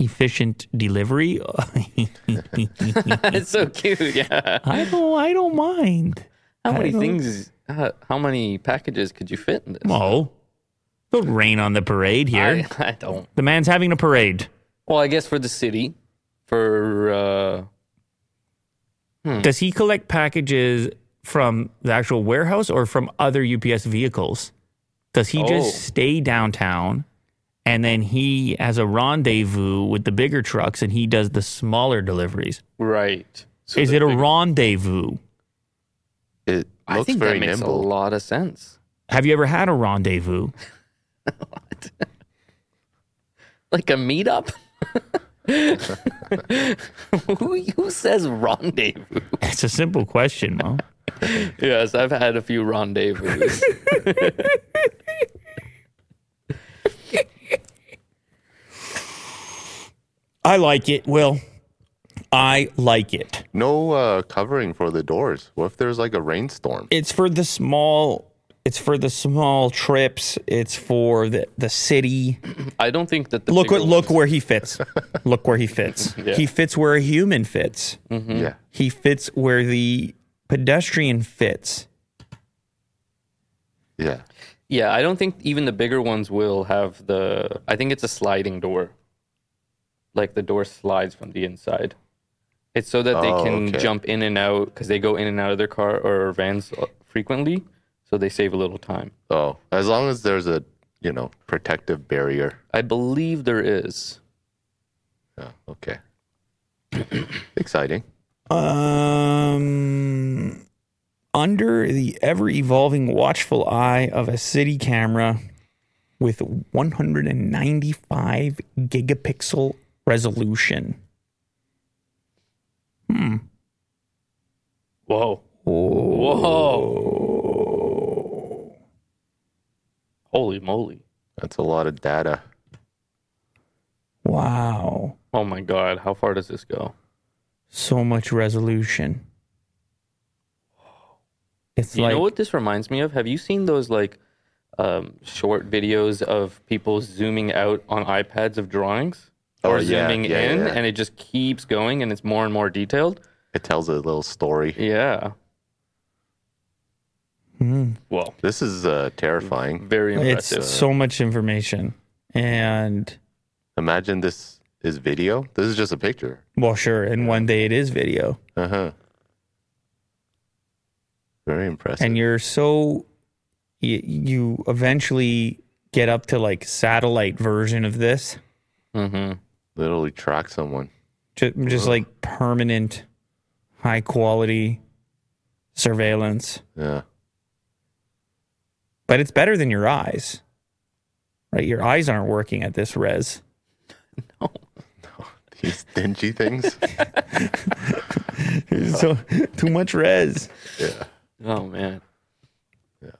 Speaker 3: E efficient delivery, I
Speaker 1: it's so cute. Yeah.
Speaker 3: don't. I don't mind.
Speaker 1: How
Speaker 3: I
Speaker 1: many
Speaker 3: don't-
Speaker 1: things? How, how many packages could you fit in this?
Speaker 3: Mo, don't rain on the parade here.
Speaker 1: I, I don't.
Speaker 3: the man's having a parade.
Speaker 1: Well, I guess for the city, for uh, Hmm.
Speaker 3: Does he collect packages from the actual warehouse or from other UPS vehicles? Does he
Speaker 1: Oh.
Speaker 3: just stay downtown and then he has a rendezvous with the bigger trucks and he does the smaller deliveries?
Speaker 1: right. So
Speaker 3: Is it a rendezvous?
Speaker 4: It
Speaker 1: I
Speaker 4: looks
Speaker 1: think
Speaker 4: very
Speaker 1: that makes a
Speaker 4: nimble.
Speaker 1: lot of sense.
Speaker 3: Have you ever had a rendezvous?
Speaker 1: Like a meetup. who, who says rendezvous?
Speaker 3: It's a simple question, Mo.
Speaker 1: Yes, I've had a few rendezvous.
Speaker 3: I like it, Will. I like it.
Speaker 4: No uh, covering for the doors. What if there's like a rainstorm?
Speaker 3: it's for the small it's for the small trips it's for the, the city
Speaker 1: I don't think that the
Speaker 3: look what
Speaker 1: bigger
Speaker 3: look
Speaker 1: ones-
Speaker 3: where he fits look where he fits
Speaker 1: Yeah.
Speaker 3: he fits where a human fits
Speaker 4: Yeah.
Speaker 3: he fits where the pedestrian fits
Speaker 4: Yeah.
Speaker 1: Yeah, I don't think even the bigger ones will have the. I think it's a sliding door. Like the door slides from the inside. It's so that they
Speaker 4: Oh,
Speaker 1: can
Speaker 4: okay.
Speaker 1: jump in and out because they go in and out of their car or vans uh, frequently, so they save a little time.
Speaker 4: Oh, as long as there's a, you know, protective barrier.
Speaker 1: I believe there is.
Speaker 4: Yeah. Okay. Exciting.
Speaker 3: um under the ever evolving watchful eye of a city camera with 195 gigapixel resolution
Speaker 1: Whoa! Whoa! Holy moly!
Speaker 4: That's a lot of data.
Speaker 3: wow
Speaker 1: Oh my god! How far does this go?
Speaker 3: so much resolution. It's
Speaker 1: you
Speaker 3: like
Speaker 1: know what this reminds me of? Have you seen those like um, short videos of people zooming out on iPads of drawings
Speaker 4: Oh,
Speaker 1: or
Speaker 4: yeah,
Speaker 1: zooming
Speaker 4: yeah,
Speaker 1: in,
Speaker 4: yeah.
Speaker 1: and it just keeps going and it's more and more detailed?
Speaker 4: It tells a little story.
Speaker 1: Yeah. Well,
Speaker 4: This is uh, terrifying.
Speaker 1: very
Speaker 3: hmm, it's
Speaker 1: impressive.
Speaker 3: so much information. And
Speaker 4: Imagine this is video. This is just a picture.
Speaker 3: well, sure. And one day it is video,
Speaker 4: Uh huh. Very impressive.
Speaker 3: and you're so you, you eventually get up to like satellite version of this,
Speaker 4: Mm-hmm. Literally track someone.
Speaker 3: just, just like permanent, high quality surveillance.
Speaker 4: Yeah.
Speaker 3: But it's better than your eyes, right? Your eyes aren't working at this res.
Speaker 4: These dingy things.
Speaker 3: so too much res.
Speaker 1: oh man. Yeah.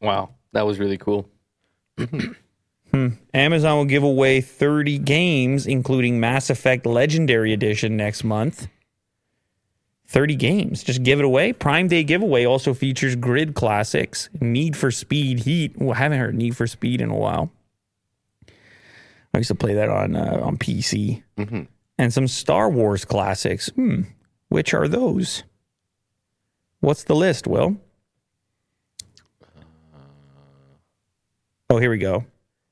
Speaker 1: Wow, that was really cool.
Speaker 3: Amazon will give away 30 games, including Mass Effect Legendary Edition next month. 30 games. Just give it away. Prime Day giveaway also features Grid Classics, Need for Speed Heat. Well, I haven't heard Need for Speed in a while. I used to play that on uh, on PC. And some Star Wars classics. Hmm. Which are those? What's the list, Will? Oh, here we go.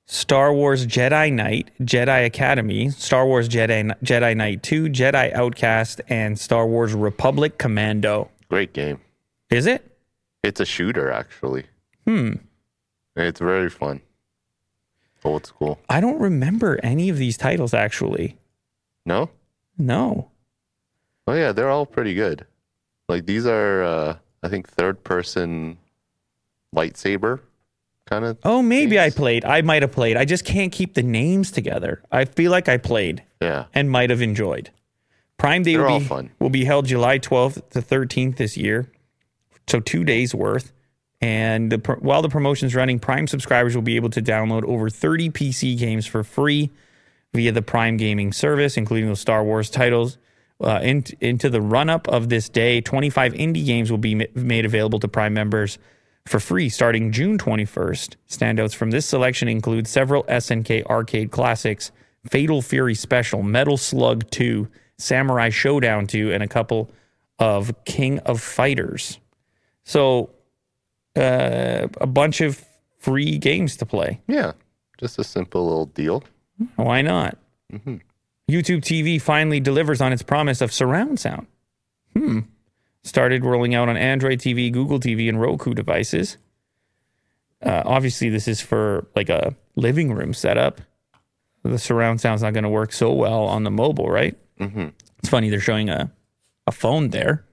Speaker 3: Star Wars Jedi Knight, Jedi Academy, Star Wars Jedi Jedi Knight 2, Jedi Outcast, and Star Wars Republic Commando.
Speaker 4: Great game.
Speaker 3: Is it?
Speaker 4: It's a shooter, actually. Hmm. It's very fun. Old school.
Speaker 3: I don't remember any of these titles actually.
Speaker 4: No?
Speaker 3: No.
Speaker 4: Oh, yeah. They're all pretty good. Like, these are, uh, I think, third person lightsaber kind of.
Speaker 3: Oh, maybe I played. I might have played. I just can't keep the names together. I feel like I played
Speaker 4: Yeah.
Speaker 3: and might have enjoyed. Prime Day
Speaker 4: They're
Speaker 3: will
Speaker 4: all
Speaker 3: be,
Speaker 4: fun.
Speaker 3: will be held July 12th to 13th this year. So two days worth. And the, pr- while the promotion's running, Prime subscribers will be able to download over 30 PC games for free via the Prime Gaming service, including those Star Wars titles. Uh, in, into the run up of this day, 25 indie games will be ma- made available to Prime members for free starting June 21st. Standouts from this selection include several SNK arcade classics, Fatal Fury Special, Metal Slug 2, Samurai Showdown 2, and a couple of King of Fighters. So uh, a bunch of free games to play.
Speaker 4: Yeah, just a simple little deal.
Speaker 3: Why not? YouTube TV finally delivers on its promise of surround sound. Hmm. Started rolling out on Android TV, Google TV, and Roku devices. Uh, obviously, this is for like a living room setup. The surround sound's not going to work so well on the mobile, right? Mm-hmm. It's funny they're showing a a phone there.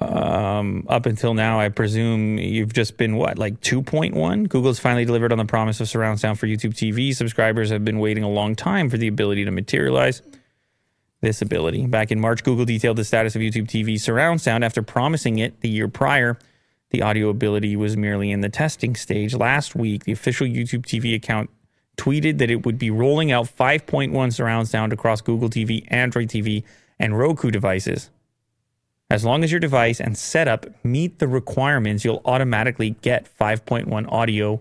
Speaker 3: Um, up until now, I presume you've just been what, like 2.1? Google's finally delivered on the promise of surround sound for YouTube TV. Subscribers have been waiting a long time for the ability to materialize this ability. Back in March, Google detailed the status of YouTube TV surround sound after promising it the year prior. The audio ability was merely in the testing stage. Last week, the official YouTube TV account tweeted that it would be rolling out 5.1 surround sound across Google TV, Android TV, and Roku devices. As long as your device and setup meet the requirements, you'll automatically get 5.1 audio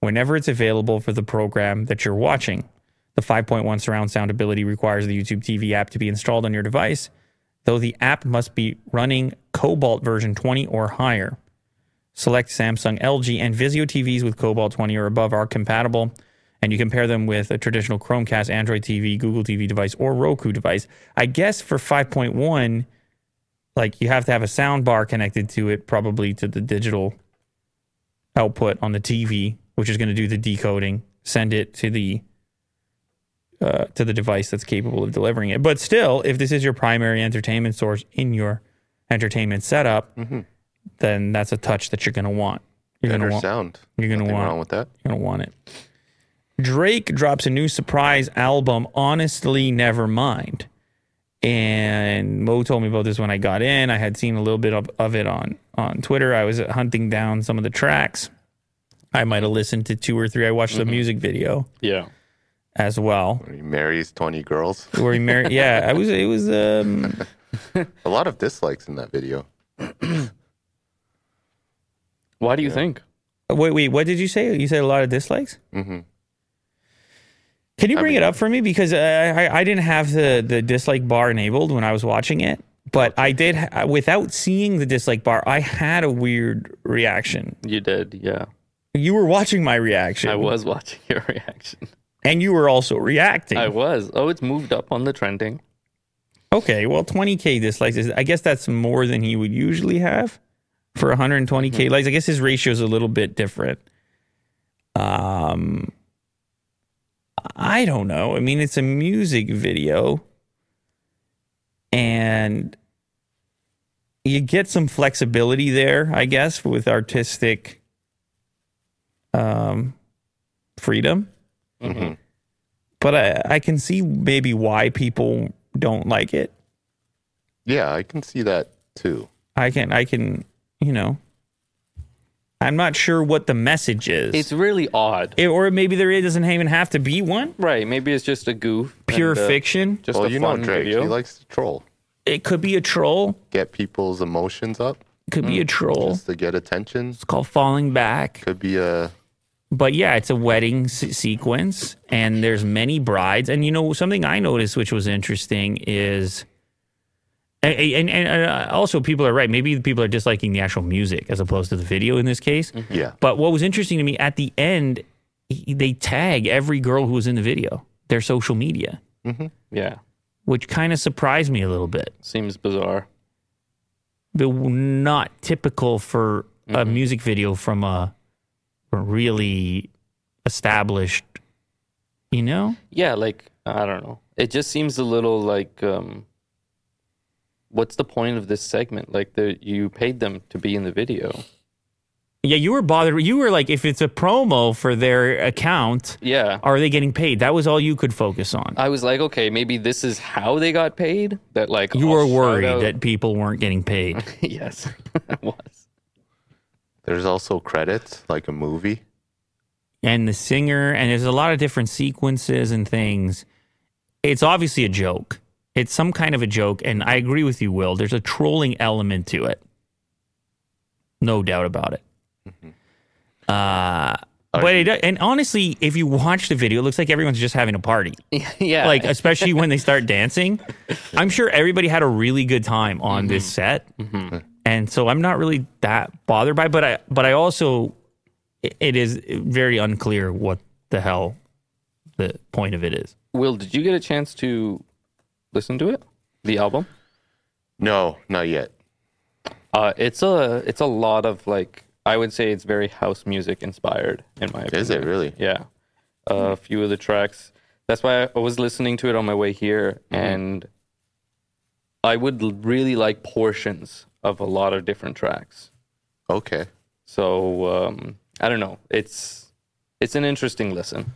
Speaker 3: whenever it's available for the program that you're watching. The 5.1 surround sound ability requires the YouTube TV app to be installed on your device, though the app must be running Cobalt version 20 or higher. Select Samsung, LG, and Vizio TVs with Cobalt 20 or above are compatible, and you compare them with a traditional Chromecast, Android TV, Google TV device, or Roku device. I guess for 5.1, like you have to have a sound bar connected to it, probably to the digital output on the TV, which is going to do the decoding, send it to the uh, to the device that's capable of delivering it. But still, if this is your primary entertainment source in your entertainment setup, then that's a touch that you're going to want. You're going
Speaker 4: Better
Speaker 3: to want.
Speaker 4: sound.
Speaker 3: you're gonna
Speaker 4: Nothing
Speaker 3: want-
Speaker 4: wrong with that.
Speaker 3: You're gonna want it. Drake drops a new surprise album, Honestly Nevermind. And Mo told me about this when I got in. I had seen a little bit of, of it on, on Twitter. I was hunting down some of the tracks. I might have listened to two or three. I watched the music video
Speaker 1: Yeah.
Speaker 3: as well.
Speaker 4: He marries 20 girls.
Speaker 3: Where he married yeah, I was it was um
Speaker 4: A lot of dislikes in that video.
Speaker 1: Why do you think?
Speaker 3: wait, wait, what did you say? You said a lot of dislikes? Mm-hmm. Can you bring it up for me? Because I, I, I didn't have the, the dislike bar enabled when I was watching it, but I did, ha- without seeing the dislike bar, I had a weird reaction.
Speaker 1: You did. Yeah.
Speaker 3: You were watching my reaction.
Speaker 1: I was watching your reaction.
Speaker 3: And you were also reacting.
Speaker 1: I was. Oh, it's moved up on the trending.
Speaker 3: okay, well, 20K dislikes, is, I guess that's more than he would usually have for 120K likes. I guess his ratio is a little bit different. Um, I don't know. I mean, it's a music video, and you get some flexibility there, I guess, with artistic um, freedom. But I, I can see maybe why people don't like it.
Speaker 4: Yeah, I can see that too.
Speaker 3: I can, I can, you know, I'm not sure what the message is.
Speaker 1: It's really odd.
Speaker 3: It- or maybe there doesn't even have to be one.
Speaker 1: Right. Maybe it's just a goof.
Speaker 3: Pure
Speaker 1: and, uh,
Speaker 3: fiction.
Speaker 1: Just
Speaker 4: Well,
Speaker 1: a
Speaker 4: you know
Speaker 1: fun
Speaker 4: Drake.
Speaker 1: video.
Speaker 4: He likes to troll,
Speaker 3: It could be a troll.
Speaker 4: get people's emotions up
Speaker 3: Could
Speaker 1: Mm.
Speaker 3: be a troll.
Speaker 4: just to get attention.
Speaker 3: It's called falling back.
Speaker 4: Could be a
Speaker 3: But yeah, it's a wedding se- sequence, and there's many brides. And you know something I noticed, which was interesting, is and and, and uh, also people are right. Maybe people are disliking the actual music as opposed to the video in this case.
Speaker 1: Mm-hmm.
Speaker 4: yeah.
Speaker 3: But what was interesting to me at the end, he- they tag every girl who was in the video, their social media,
Speaker 1: yeah.
Speaker 3: which kind of surprised me a little bit.
Speaker 1: Seems bizarre.
Speaker 3: but not typical for a music video from a really established, you know?
Speaker 1: Yeah. Like I don't know. It just seems a little like. um What's the point of this segment? Like the, you paid them to be in the video.
Speaker 3: Yeah, you were bothered. You were like, if it's a promo for their account,
Speaker 1: Yeah.
Speaker 3: are they getting paid? That was all you could focus on.
Speaker 1: I was like, okay, maybe this is how they got paid. That like
Speaker 3: you
Speaker 1: I'll
Speaker 3: were
Speaker 1: shout out-
Speaker 3: worried that people weren't getting paid.
Speaker 1: yes, I was.
Speaker 4: There's also credits like a movie.
Speaker 3: and the singer, and there's a lot of different sequences and things. It's obviously a joke. It's some kind of a joke, and I agree with you, Will. There's a trolling element to it, no doubt about it. Uh, But it, and honestly, if you watch the video, it looks like everyone's just having a party.
Speaker 1: yeah.
Speaker 3: Like especially when they start dancing, I'm sure everybody had a really good time on this set, and so I'm not really that bothered by. It, but I but I also it- it is very unclear what the hell the point of it is.
Speaker 1: Will, did you get a chance to listen to it? The album?
Speaker 4: No, not yet.
Speaker 1: Uh, it's a it's a lot of like I would say it's very house music inspired in my opinion.
Speaker 4: Is it really?
Speaker 1: Yeah, a few of the tracks. That's why I was listening to it on my way here,
Speaker 4: Mm-hmm.
Speaker 1: and I would l- really like portions of a lot of different tracks.
Speaker 4: Okay.
Speaker 1: So um, I don't know. It's it's an interesting listen.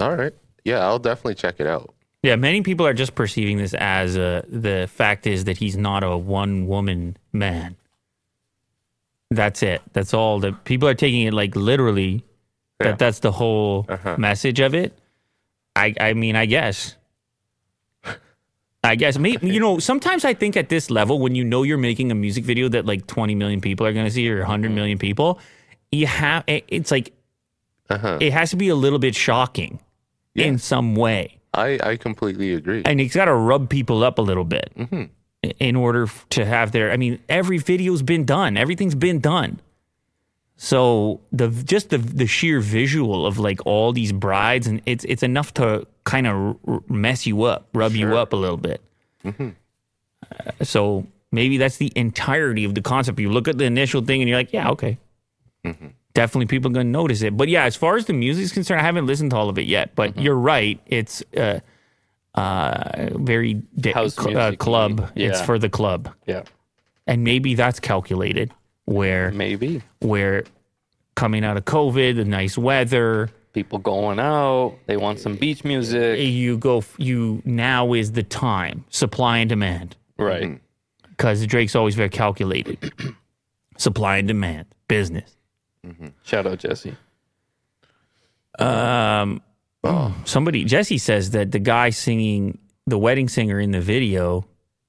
Speaker 4: All right. Yeah, I'll definitely check it out.
Speaker 3: Yeah, many people are just perceiving this as uh the fact is that he's not a one woman man. That's it. That's all that people are taking it like literally.
Speaker 4: Yeah.
Speaker 3: That that's the whole message of it. I I mean, I guess. I guess maybe you know. Sometimes I think at this level, when you know you're making a music video that like 20 million people are going to see or 100 million people, you have it- it's like it has to be a little bit shocking in some way
Speaker 4: I I completely agree.
Speaker 3: and he's got to rub people up a little bit in order f- to have their. I mean, every video's been done. Everything's been done. So the just the the sheer visual of like all these brides and it's it's enough to kind of r- mess you up, rub you up a little bit. Uh, so maybe that's the entirety of the concept. You look at the initial thing and you're like, yeah, okay. Definitely people going to notice it. But yeah, as far as the music's concerned, I haven't listened to all of it yet, but you're right. It's uh uh very di-
Speaker 1: House
Speaker 3: cl- uh,
Speaker 1: music-y.
Speaker 3: club. It's
Speaker 1: Yeah.
Speaker 3: for the club.
Speaker 1: Yeah,
Speaker 3: And maybe that's calculated where
Speaker 1: maybe
Speaker 3: where coming out of COVID, the nice weather,
Speaker 1: people going out. They want some beach music,
Speaker 3: you go, you now is the time, supply and demand,
Speaker 1: right?
Speaker 4: Mm-hmm.
Speaker 3: because Drake's always very calculated. supply and demand, business.
Speaker 1: Shout out Jesse.
Speaker 3: Um,
Speaker 4: Oh.
Speaker 3: Somebody, Jesse says that the guy singing, the wedding singer in the video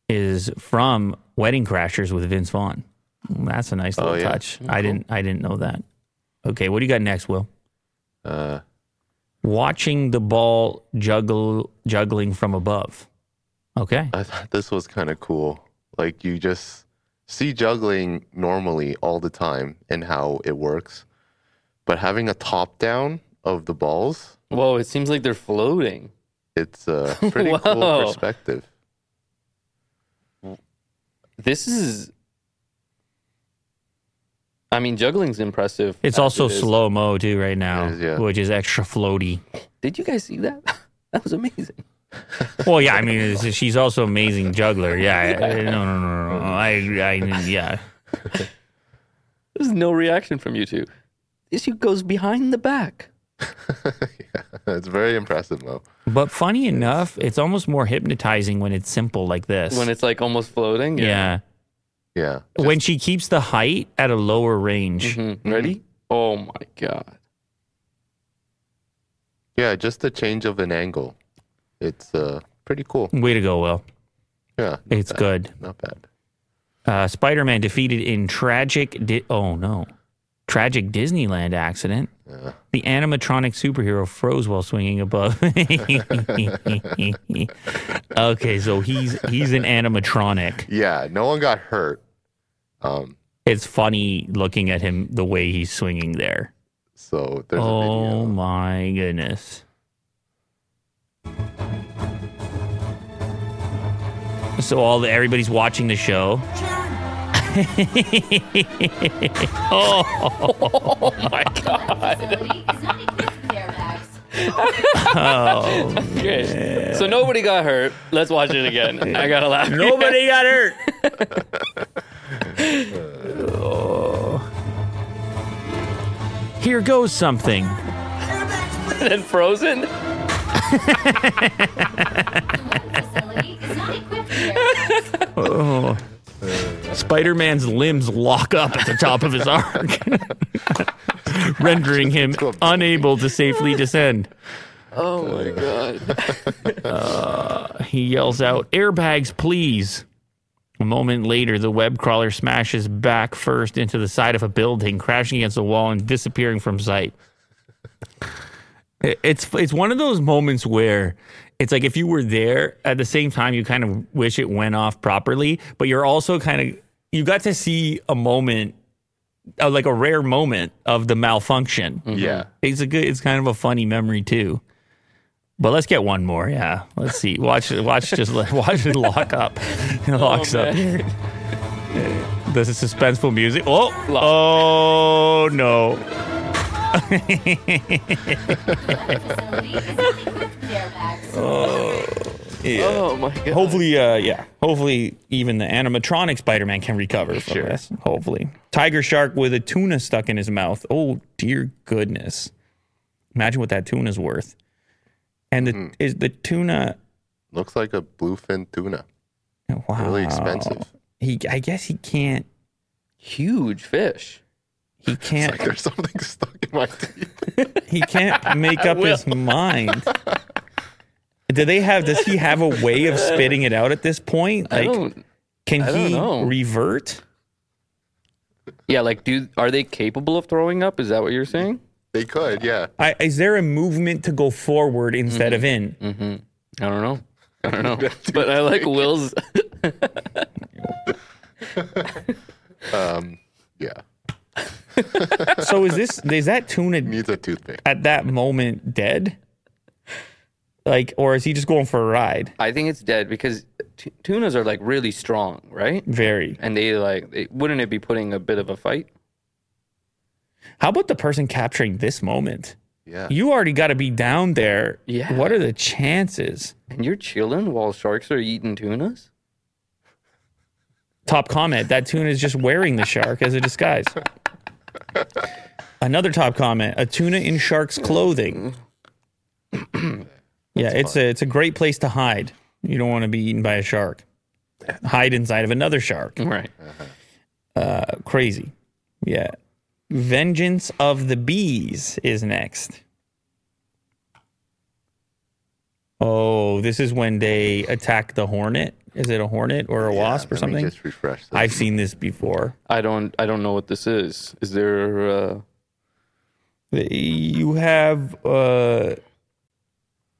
Speaker 3: is from Wedding Crashers with Vince Vaughn. That's a nice little
Speaker 4: Oh, yeah? Mm,
Speaker 3: touch. I didn't, I didn't know that. Okay, what do you got next, Will?
Speaker 4: Uh,
Speaker 3: Watching the ball juggle, juggling from above. Okay.
Speaker 4: I thought this was kind of cool. Like you just see juggling normally all the time and how it works, but having a top down of the balls,
Speaker 1: Whoa, it seems like they're floating.
Speaker 4: it's a pretty cool
Speaker 1: Whoa.
Speaker 4: perspective.
Speaker 1: This is. I mean, juggling's impressive.
Speaker 3: It's
Speaker 1: as
Speaker 3: also
Speaker 1: it is.
Speaker 3: slow mo too right now,
Speaker 4: It is, yeah.
Speaker 3: which is extra floaty.
Speaker 1: Did you guys see that? That was amazing.
Speaker 3: Well, yeah, I mean, it's, she's also amazing juggler. Yeah, I- I- no, no, no, no. I, I, yeah,
Speaker 1: There's no reaction from you two. This you goes behind the back.
Speaker 4: yeah, it's very impressive, Mo.
Speaker 3: but funny enough, it's almost more hypnotizing when it's simple like this.
Speaker 1: When it's like almost floating.
Speaker 3: yeah,
Speaker 4: Yeah,
Speaker 3: when she keeps the height at a lower range.
Speaker 1: Mhm. Ready? Oh my god.
Speaker 4: yeah, just the change of an angle. It's uh, pretty cool.
Speaker 3: Way to go, Will.
Speaker 4: Yeah, not
Speaker 3: It's
Speaker 4: bad.
Speaker 3: good.
Speaker 4: Not bad.
Speaker 3: Uh, Spider Man defeated in tragic. Di- oh no, tragic Disneyland accident. The animatronic superhero froze while swinging above. okay, so he's he's an animatronic.
Speaker 4: Yeah, no one got hurt. Um,
Speaker 3: It's funny looking at him the way he's swinging there.
Speaker 4: so there's a
Speaker 3: oh
Speaker 4: video.
Speaker 3: my goodness. So all the, everybody's watching the show.
Speaker 1: Okay. So nobody got hurt. Let's watch it again. I gotta laugh.
Speaker 3: Nobody got hurt.
Speaker 4: Oh.
Speaker 3: Here goes something.
Speaker 1: and frozen.
Speaker 4: Oh.
Speaker 3: Spider Man's limbs lock up at the top of his arc, rendering him unable to safely descend.
Speaker 1: Oh my god.
Speaker 3: He yells out, Airbags, please. A moment later, the web crawler smashes back first into the side of a building, crashing against a wall and disappearing from sight. It- It's it's one of those moments where it's like if you were there at the same time, you kind of wish it went off properly, but you're also kind of you got to see a moment, uh, like a rare moment of the malfunction.
Speaker 4: Yeah.
Speaker 3: It's a good. It's kind of a funny memory too. But let's get one more. Yeah, let's see. Watch, watch, just let- watch it lock up.
Speaker 4: Oh,
Speaker 3: It locks up. This is suspenseful music. Oh, oh no!
Speaker 1: Oh my god.
Speaker 3: Hopefully, uh, yeah. Hopefully, even the animatronic Spider-Man can recover from
Speaker 4: Sure.
Speaker 3: this. Hopefully, tiger shark with a tuna stuck in his mouth. Oh dear goodness! Imagine what that tuna's worth. And the
Speaker 4: Mm-hmm.
Speaker 3: is the tuna
Speaker 4: Looks like a bluefin tuna.
Speaker 3: wow
Speaker 4: Really expensive.
Speaker 3: He, I guess he can't.
Speaker 1: Huge fish.
Speaker 3: He
Speaker 4: It's
Speaker 3: can't.
Speaker 4: like there's something stuck in my teeth.
Speaker 3: he can't make up his mind. Do they have? Does he have a way of spitting it out at this point?
Speaker 1: I
Speaker 3: Like,
Speaker 1: don't.
Speaker 3: can
Speaker 1: I don't
Speaker 3: he
Speaker 1: know.
Speaker 3: revert?
Speaker 1: Yeah, like, do are they capable of throwing up? Is that what you're saying?
Speaker 4: They could, yeah.
Speaker 3: I, is there a movement to go forward instead
Speaker 1: Mm-hmm.
Speaker 3: of in?
Speaker 1: I don't know. I don't know. but I like Will's.
Speaker 4: Yeah.
Speaker 3: So is this? Is that tuna
Speaker 4: Needs a toothpick.
Speaker 3: at that moment dead? Like, or is he just going for a ride?
Speaker 1: I think it's dead because t- tunas are like really strong, right?
Speaker 3: Very.
Speaker 1: And they like, they, wouldn't it be putting a bit of a fight?
Speaker 3: How about the person capturing this moment?
Speaker 4: Yeah.
Speaker 3: You already got to be down there.
Speaker 1: Yeah.
Speaker 3: What are the chances?
Speaker 1: And you're chilling while sharks are eating tunas?
Speaker 3: Top comment: That tuna is just wearing the shark as a disguise. Another top comment: A tuna in shark's clothing. yeah, it's a it's a great place to hide. You don't want to be eaten by a shark. Hide inside of another shark.
Speaker 4: Mm.
Speaker 3: Uh,
Speaker 1: Right.
Speaker 3: Crazy. Yeah. Vengeance of the bees is next. Oh, this is when they attack the hornet. Is it a hornet or a
Speaker 4: Yeah,
Speaker 3: wasp or
Speaker 4: let me
Speaker 3: something?
Speaker 4: Just refresh. This.
Speaker 3: I've seen this before.
Speaker 1: I don't. I don't know what this is. Is there? Uh,
Speaker 3: you have uh,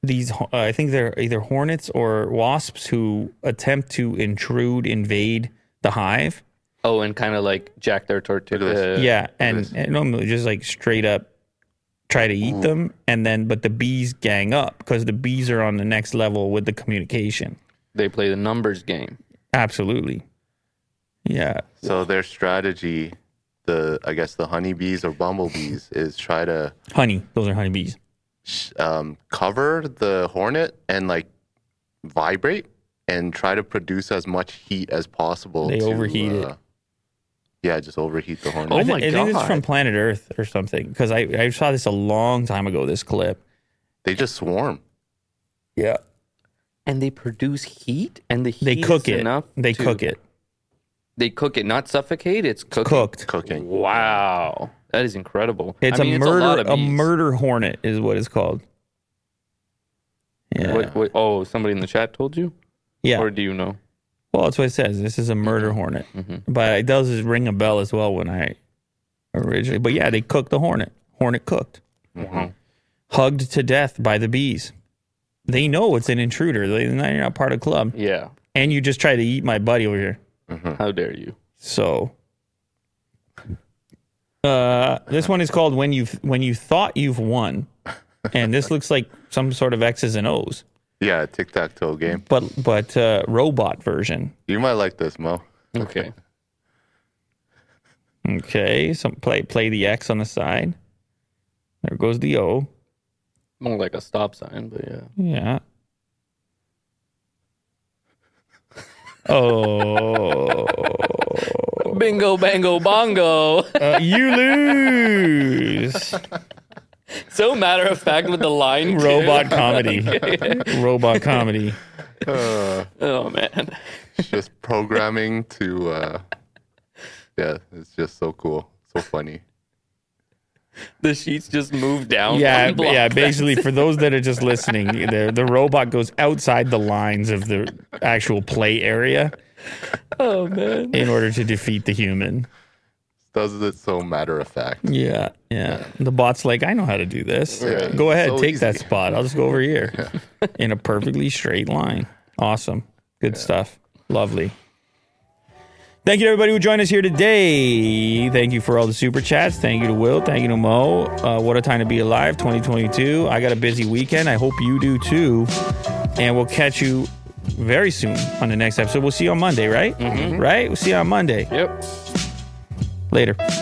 Speaker 3: these ho- uh, i think they're either hornets or wasps who attempt to intrude invade the hive
Speaker 1: oh, and kind of like jack their uh,
Speaker 4: Look at
Speaker 1: tortilla.
Speaker 4: this.
Speaker 3: yeah and,
Speaker 4: Yes.
Speaker 3: and normally just like straight up try to
Speaker 1: Mm.
Speaker 3: eat them and then but the bees gang up because the bees are on the next level with the communication
Speaker 1: They play the numbers game.
Speaker 3: absolutely yeah
Speaker 4: so their strategy, the I guess the honeybees or bumblebees, is try to
Speaker 3: honey those are honeybees
Speaker 4: sh- um, cover the hornet and like vibrate and try to produce as much heat as possible.
Speaker 3: They
Speaker 4: to, uh,
Speaker 3: overheat it.
Speaker 4: Yeah, just overheat the hornet.
Speaker 1: Oh
Speaker 3: I, thi-
Speaker 1: my
Speaker 3: I think it's
Speaker 1: God.
Speaker 3: from planet earth or something because I, I saw this a long time ago this clip
Speaker 4: They just swarm.
Speaker 3: yeah
Speaker 1: And they produce heat, and the heat
Speaker 3: they cook
Speaker 1: is
Speaker 3: it
Speaker 1: enough.
Speaker 3: they
Speaker 1: to-
Speaker 3: cook it
Speaker 1: They cook it, not suffocate. It's cooked.
Speaker 3: cooked
Speaker 4: Cooking.
Speaker 1: Wow, that is incredible.
Speaker 3: It's
Speaker 1: I mean,
Speaker 3: a
Speaker 1: lot
Speaker 3: murder.
Speaker 1: of
Speaker 3: a,
Speaker 1: bees.
Speaker 3: murder hornet is what it's called. Yeah.
Speaker 1: What, what, oh, somebody in the chat told you,
Speaker 3: yeah.
Speaker 1: or Mm-hmm. do you know?
Speaker 3: well, that's what it says. This is a murder hornet, but it does ring a bell as well when I originally. But yeah, they cooked the hornet. Hornet cooked,
Speaker 1: Wow.
Speaker 3: hugged to death by the bees. They know it's an intruder. They, you're not part of club,
Speaker 1: Yeah.
Speaker 3: and you just try to eat my buddy over here.
Speaker 1: How dare you?
Speaker 3: So. Uh, this one is called when you when you thought you've won, and this looks like some sort of X's and O's.
Speaker 4: Yeah, tic tac toe game.
Speaker 3: but but uh, robot version.
Speaker 4: You might like this, Mo.
Speaker 1: Okay.
Speaker 3: Okay, some play play the X on the side. There goes the O.
Speaker 1: More like a stop sign, but yeah.
Speaker 3: Yeah. Oh,
Speaker 1: Bingo, bango, bongo.
Speaker 3: uh, you lose!
Speaker 1: so matter of fact with the line too.
Speaker 3: Robot comedy, robot comedy.
Speaker 1: Oh man.
Speaker 4: It's just programming to. Uh, yeah, it's just so cool, so funny.
Speaker 1: The sheets just move down.
Speaker 3: Yeah,
Speaker 1: one Oh, block.
Speaker 3: yeah. Basically, for those that are just listening, the the robot goes outside the lines of the actual play area
Speaker 1: Oh man.
Speaker 3: in order to defeat the human.
Speaker 4: does it so matter of fact.
Speaker 3: Yeah, yeah. The bot's like, I know how to do this.
Speaker 4: Yeah,
Speaker 3: Go ahead,
Speaker 4: so
Speaker 3: take that
Speaker 4: easy.
Speaker 3: spot. I'll just go over here in a perfectly straight line. Awesome. Good stuff. Lovely. Thank you to everybody who joined us here today. Thank you for all the super chats. Thank you to Will. Thank you to Mo. Uh, what a time to be alive 2022. I got a busy weekend. I hope you do too. And we'll catch you very soon on
Speaker 4: Mm-hmm.
Speaker 3: the next episode. We'll see you on Monday, right? Right? We'll see you on Monday.
Speaker 1: Yep.
Speaker 3: Later.